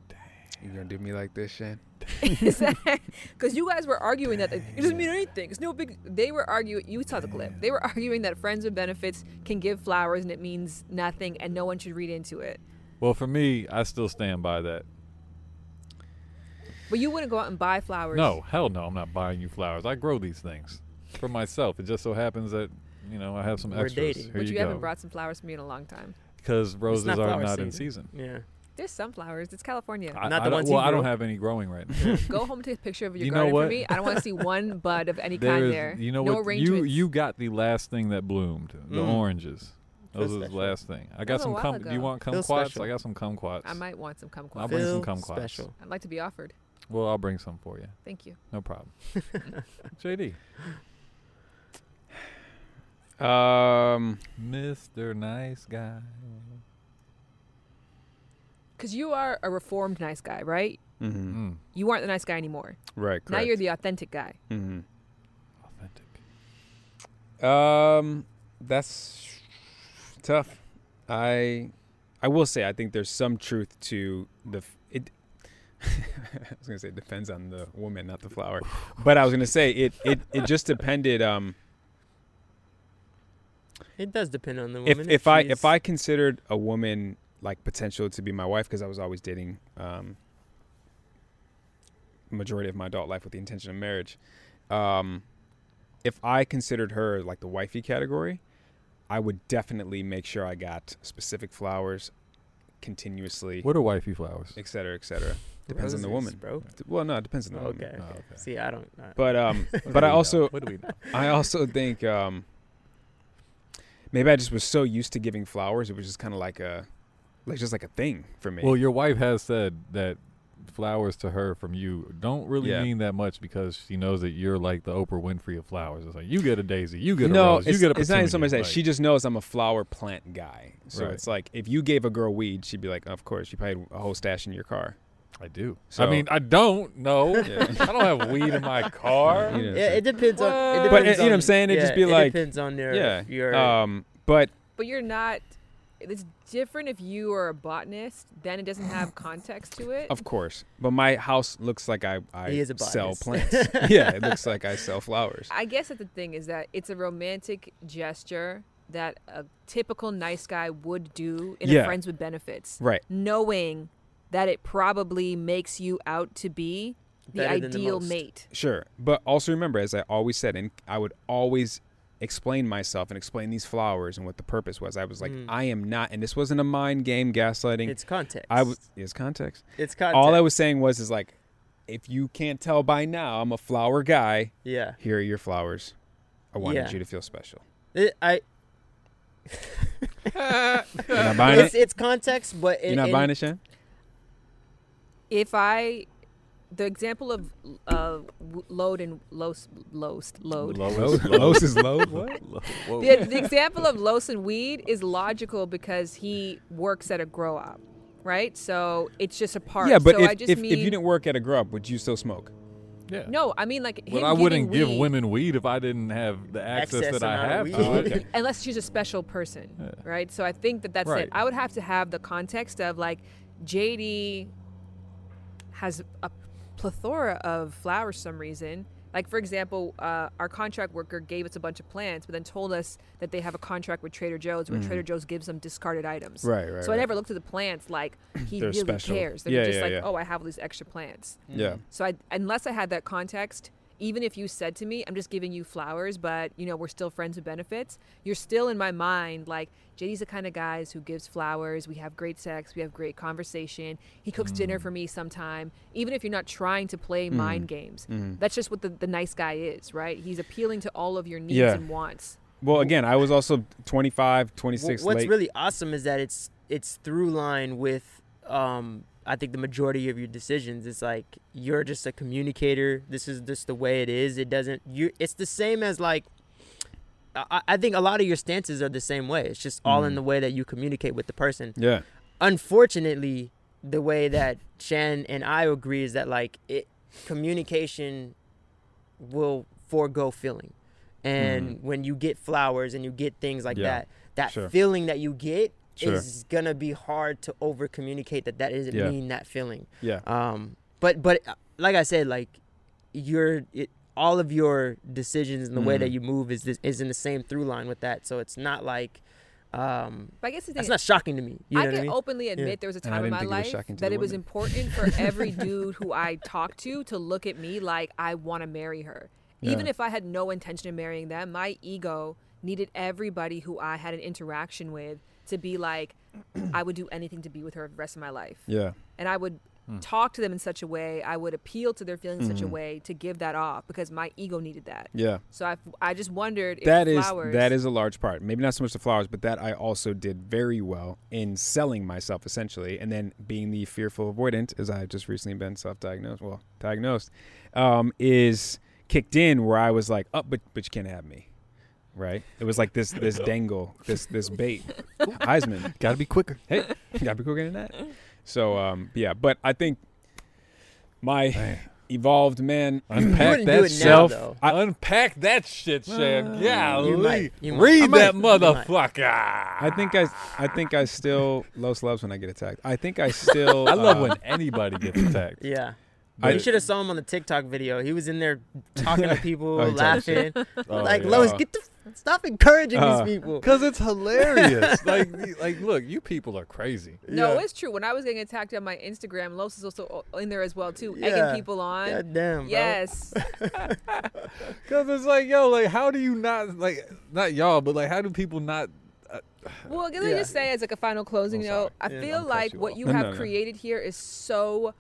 D: You gonna do me like this, Shan?
C: Because you guys were arguing that it doesn't mean anything. It's no big. They were arguing. You saw the clip. They were arguing that friends with benefits can give flowers and it means nothing, and no one should read into it.
B: Well, for me, I still stand by that.
C: But you wouldn't go out and buy flowers.
B: No, hell no. I'm not buying you flowers. I grow these things for myself. It just so happens that you know I have some
A: We're
B: extras.
A: dating.
B: Here
C: but you,
B: go.
C: haven't brought some flowers for me in a long time.
B: because roses
A: not
B: are
A: flower
B: not in
A: season.
B: season.
A: Yeah.
C: There's some flowers. It's California.
B: I,
A: Not the
B: I don't-
A: ones you
B: Well, I don't
A: grow?
B: have any growing right now.
C: Go home and take a picture of your
B: You know
C: garden for
B: what?
C: me. I don't want to see one bud of any
B: There
C: kind
B: is-
C: there.
B: You know
C: no
B: what? You
C: Arrangements.
B: you got the last thing that bloomed. The
A: Mm.
B: oranges.
A: Feels
B: Those was the
A: special.
B: last thing. I
C: That was
B: got
C: a
B: some.
C: while
B: Cum- do you
C: ago.
B: want
A: Feels
B: kumquats?
A: special.
B: I got some kumquats.
C: I might want some kumquats.
B: I'll bring some
A: Feel
B: kumquats.
A: special.
C: I'd like to be offered.
B: Well, I'll bring some for you.
C: Thank you.
B: No problem. JD,
D: Um.
B: Mr. Nice Guy.
C: Because you are a reformed nice guy, right?
D: mhm.
B: Mm,
C: You aren't the nice guy anymore.
D: Right. Correct.
C: Now you're the authentic guy.
D: Mhm.
B: authentic.
D: Um, that's tough. I I will say I think there's some truth to the f- it. I was gonna say it depends on the woman, not the flower, but I was gonna say it it it just depended. Um,
A: It does depend on the
D: if
A: woman.
D: if I
A: she
D: if
A: is-
D: I considered a woman like potential to be my wife because I was always dating um majority of my adult life with the intention of marriage. Um if I considered her like the wifey category, I would definitely make sure I got specific flowers continuously,
E: What are wifey flowers?
D: et cetera, et cetera. Depends on the
A: Roses,
D: woman.
A: bro.
D: D- Well, no, it depends on the woman.
A: Okay.
E: Oh, okay.
A: See, I don't. I-
D: But um
E: What do
D: but I
E: we know?
D: also
E: What do we know?
D: I also think um, maybe I just was so used to giving flowers, it was just kind of like a, like just like a thing for me.
E: Well, your wife has said that flowers to her from you don't really
D: Yeah.
E: mean that much because she knows that you're like the Oprah Winfrey of flowers. It's like you get a daisy, you get a
D: no,
E: rose,
D: it's,
E: you get a
D: it's not even so
E: petunia.
D: much that
E: Like,
D: she just knows I'm a flower plant guy. So
E: Right.
D: it's like if you gave a girl weed, she'd be like, of course, you probably had a whole stash in your car.
E: I do. I
D: So-
E: mean, I don't know.
D: Yeah.
E: I don't have weed in my car.
D: You know,
A: yeah,
D: so-
A: it depends on. It
D: But,
A: depends
D: uh, you know
A: on-
D: what I'm saying? It'd
A: yeah,
D: just be like-
A: depends on your
D: yeah.
A: your
E: uh,
D: Um, but
C: But you're not. It's different if you are a botanist. Then it doesn't have context to it.
D: of course, but my house looks like I I
A: He is a
D: sell
A: botanist.
D: plants. yeah, it looks like I sell flowers.
C: I guess that the thing is that it's a romantic gesture that a typical nice guy would do in
D: Yeah.
C: a friends with benefits,
D: Right.
C: knowing that it probably makes you out to be the
A: Better than the
C: ideal
A: most.
C: mate.
D: Sure, but also remember, as I always said, and I would always explain myself and explain these flowers and what the purpose was. I was like,
A: Mm.
D: I am not, and this wasn't a mind game gaslighting.
A: it's context.
D: I was is context.
A: It's context.
D: All I was saying was is like, if you can't tell by now, I'm a flower guy.
A: Yeah.
D: Here are your flowers. I wanted
A: Yeah.
D: you to feel special.
A: It, I.
D: You're not buying
A: It's,
D: it.
A: it's context, but it,
D: You're not
A: it-
D: buying it, Shan.
C: If I, the example of uh, w- load and los, lost, load.
E: Lois,
D: Lowe's is low.
E: Lo-
C: The, the example of Los and Weed is logical because he works at a grow up, right? So it's just a part.
D: Yeah, but
C: so
D: if,
C: I just
D: if,
C: mean,
D: if you didn't work at a grub, would you still smoke?
E: Yeah.
C: no, I mean like
E: But
C: him
E: I wouldn't
C: giving
E: give
C: weed-
E: women weed if I didn't have the access,
A: Excess
E: that I have
A: amount of
E: to
A: weed.
E: it.
D: okay.
C: unless she's a special person, right? So I think that that's
E: Right.
C: it. I would have to have the context of like JD has a plethora of flowers for some reason. Like for example, uh, our contract worker gave us a bunch of plants, but then told us that they have a contract with Trader Joe's, where Trader Joe's gives them discarded items.
D: Mm-hmm. Right, right,
C: So I
D: right.
C: never looked at the plants like he
D: They're
C: really
D: special.
C: cares. They're
D: Yeah,
C: just
D: yeah,
C: like,
D: yeah.
C: oh, I have all these extra plants.
D: Yeah.
C: So I, unless I had that context, even if you said to me, "I'm just giving you flowers," but you know we're still friends with benefits, you're still in my mind like JD's the kind of guys who gives flowers. We have great sex. We have great conversation. He cooks dinner
A: Mm.
C: for me sometime. Even if you're not trying to play mind games, that's just what the, the nice guy is, right? He's appealing to all of your needs
D: Yeah.
C: and wants.
D: Well, again, I was also 25, 26
A: What's
D: late.
A: really awesome is that it's it's through line with um I think the majority of your decisions. It's like you're just a communicator. This is just the way it is. It doesn't you. It's the same as like. I- I, I think a lot of your stances are the same way. It's just all in
D: Mm.
A: the way that you communicate with the person.
D: yeah.
A: unfortunately, the way that Shan and I agree is that like it communication will forego feeling. And when you get flowers and you get things like
D: Mm-hmm. Yeah,
A: that, that
D: sure.
A: feeling that you get
D: Sure.
A: is gonna be hard to over communicate that that doesn't
D: Yeah.
A: mean that feeling.
D: Yeah.
A: Um, but but uh, like I said, like your it, all of your decisions and the
D: Mm-hmm.
A: way that you move is this, is in the same through line with that. So it's not like um,
C: But I guess the thing
A: that's not shocking to me. You know
C: I
A: what
C: can
A: I mean?
C: openly admit there was a
D: And I
C: time in
D: didn't
C: my
D: think it was
C: life
D: shocking to
C: that
D: the
C: it was
D: women.
C: important for every dude who I talked to to look at me like I want to marry her. Even if I had no intention of marrying them, my ego needed everybody who I had an interaction with to be like, I would do anything to be with her the rest of my life.
D: Yeah. Hmm.
C: And I would talk to them in such a way, I would appeal to their feelings
D: Mm-hmm.
C: in such a way to give that off because my ego needed that.
D: Yeah.
C: So I, I just wondered if
D: That is
C: flowers,
D: that is a large part. Maybe not so much the flowers, but that I also did very well in selling myself essentially, and then being the fearful avoidant, as I've just recently been self-diagnosed. Well, diagnosed, um, is kicked in where I was like, "Oh, but but you can't have me," right? It was like this this dangle, this this bait, Heisman.
E: Gotta be quicker.
D: Hey, gotta be quicker than that. So um, yeah, but I think my evolved man.
B: Unpack
A: wouldn't do
B: that
A: it now,
B: self.
A: though.
B: unpack that shit, Sham. Golly.
A: Uh, you might, you might. I
B: Read
A: might,
B: that
A: you might.
B: motherfucker.
D: I think I, I think I still low slabs when I get attacked. I think I still.
B: I love
D: uh,
B: when anybody gets attacked.
A: Yeah.
D: I-
A: you should have saw him on the TikTok video. He was in there talking to people,
D: Oh, he talking
A: laughing.
B: Oh,
A: like,
B: yeah.
A: Lois, get the stop encouraging
D: Uh,
A: these people.
B: Cause it's hilarious. like, the- like, look, you people are crazy.
C: No,
A: Yeah.
C: it's true. When I was getting attacked on my Instagram, Los is also o- in there as well too,
A: Yeah.
C: egging people on.
A: God damn, bro.
C: yes,
B: Cause it's like, yo, like, how do you not like, not y'all, but like, how do people not?
C: Well, can I
A: Yeah.
C: just say as like a final closing
B: I'm
C: note, I
B: sorry. Yeah,
C: feel
B: I'll cut
C: like
B: you
C: what
B: off.
C: you
D: No,
C: have
D: no, no.
C: created here is so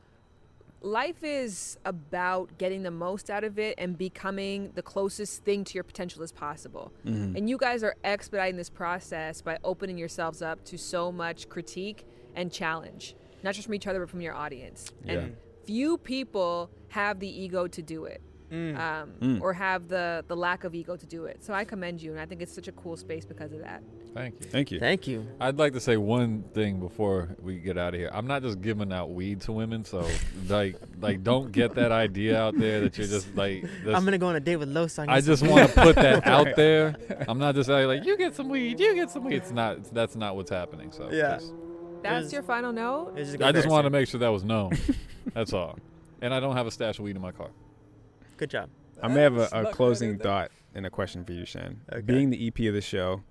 C: life is about getting the most out of it and becoming the closest thing to your potential as possible.
B: Mm-hmm.
C: And you guys are expediting this process by opening yourselves up to so much critique and challenge, not just from each other but from your audience.
D: Yeah.
C: And few people have the ego to do it. Um, Or have the the lack of ego to do it. So I commend you, and I think it's such a cool space because of that.
B: Thank you.
D: Thank you.
A: Thank you.
B: I'd like to say one thing before we get out of here. I'm not just giving out weed to women, so like, like, don't get that idea out there that you're just like.
A: I'm
B: that's-
A: gonna go on a date with Los on
B: I
A: your
B: just want to put that out there. I'm not just like, you get some weed, you get some weed. It's not. That's not what's happening. So
A: Yeah.
B: just-
C: That's
A: Is-
C: your final note.
A: It's
B: I just wanted to
A: embarrassing.
B: make sure that was known. That's all. And I don't have a stash of weed in my car.
A: Good job.
D: I may have a,
B: Snuck right
D: a
B: in
D: closing
B: there.
D: thought and a question for you, Shan.
A: Okay.
D: Being the EP of the show,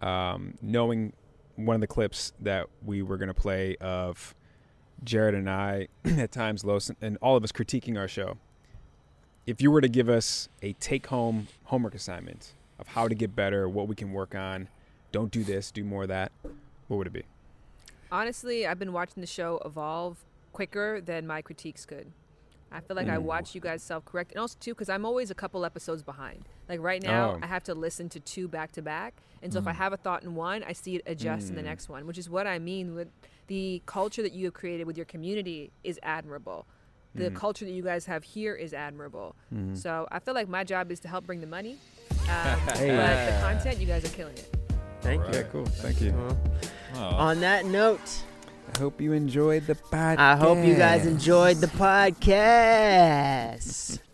D: um, knowing one of the clips that we were going to play of Jared and I, at times Los and all of us critiquing our show, if you were to give us a take home homework assignment of how to get better, what we can work on, don't do this, do more of that, what would it be?
C: Honestly, I've been watching the show evolve quicker than my critiques could. I feel like I watch you guys self correct. And also, too, because I'm always a couple episodes behind. Like right now,
D: Oh.
C: I have to listen to two back to back. And so if I have a thought in one, I see it adjust in the next one, which is what I mean with the culture that you have created with your community is admirable. The culture that you guys have here is admirable.
B: Mm-hmm.
D: Mm.
C: So I feel like my job is to help bring the money. Um, But the content, you guys are killing it.
A: Thank
B: Right.
A: you.
D: Yeah, cool. Thank you.
A: Well,
B: Oh,
A: on that note,
D: I hope you enjoyed the podcast.
A: I hope you guys enjoyed the podcast.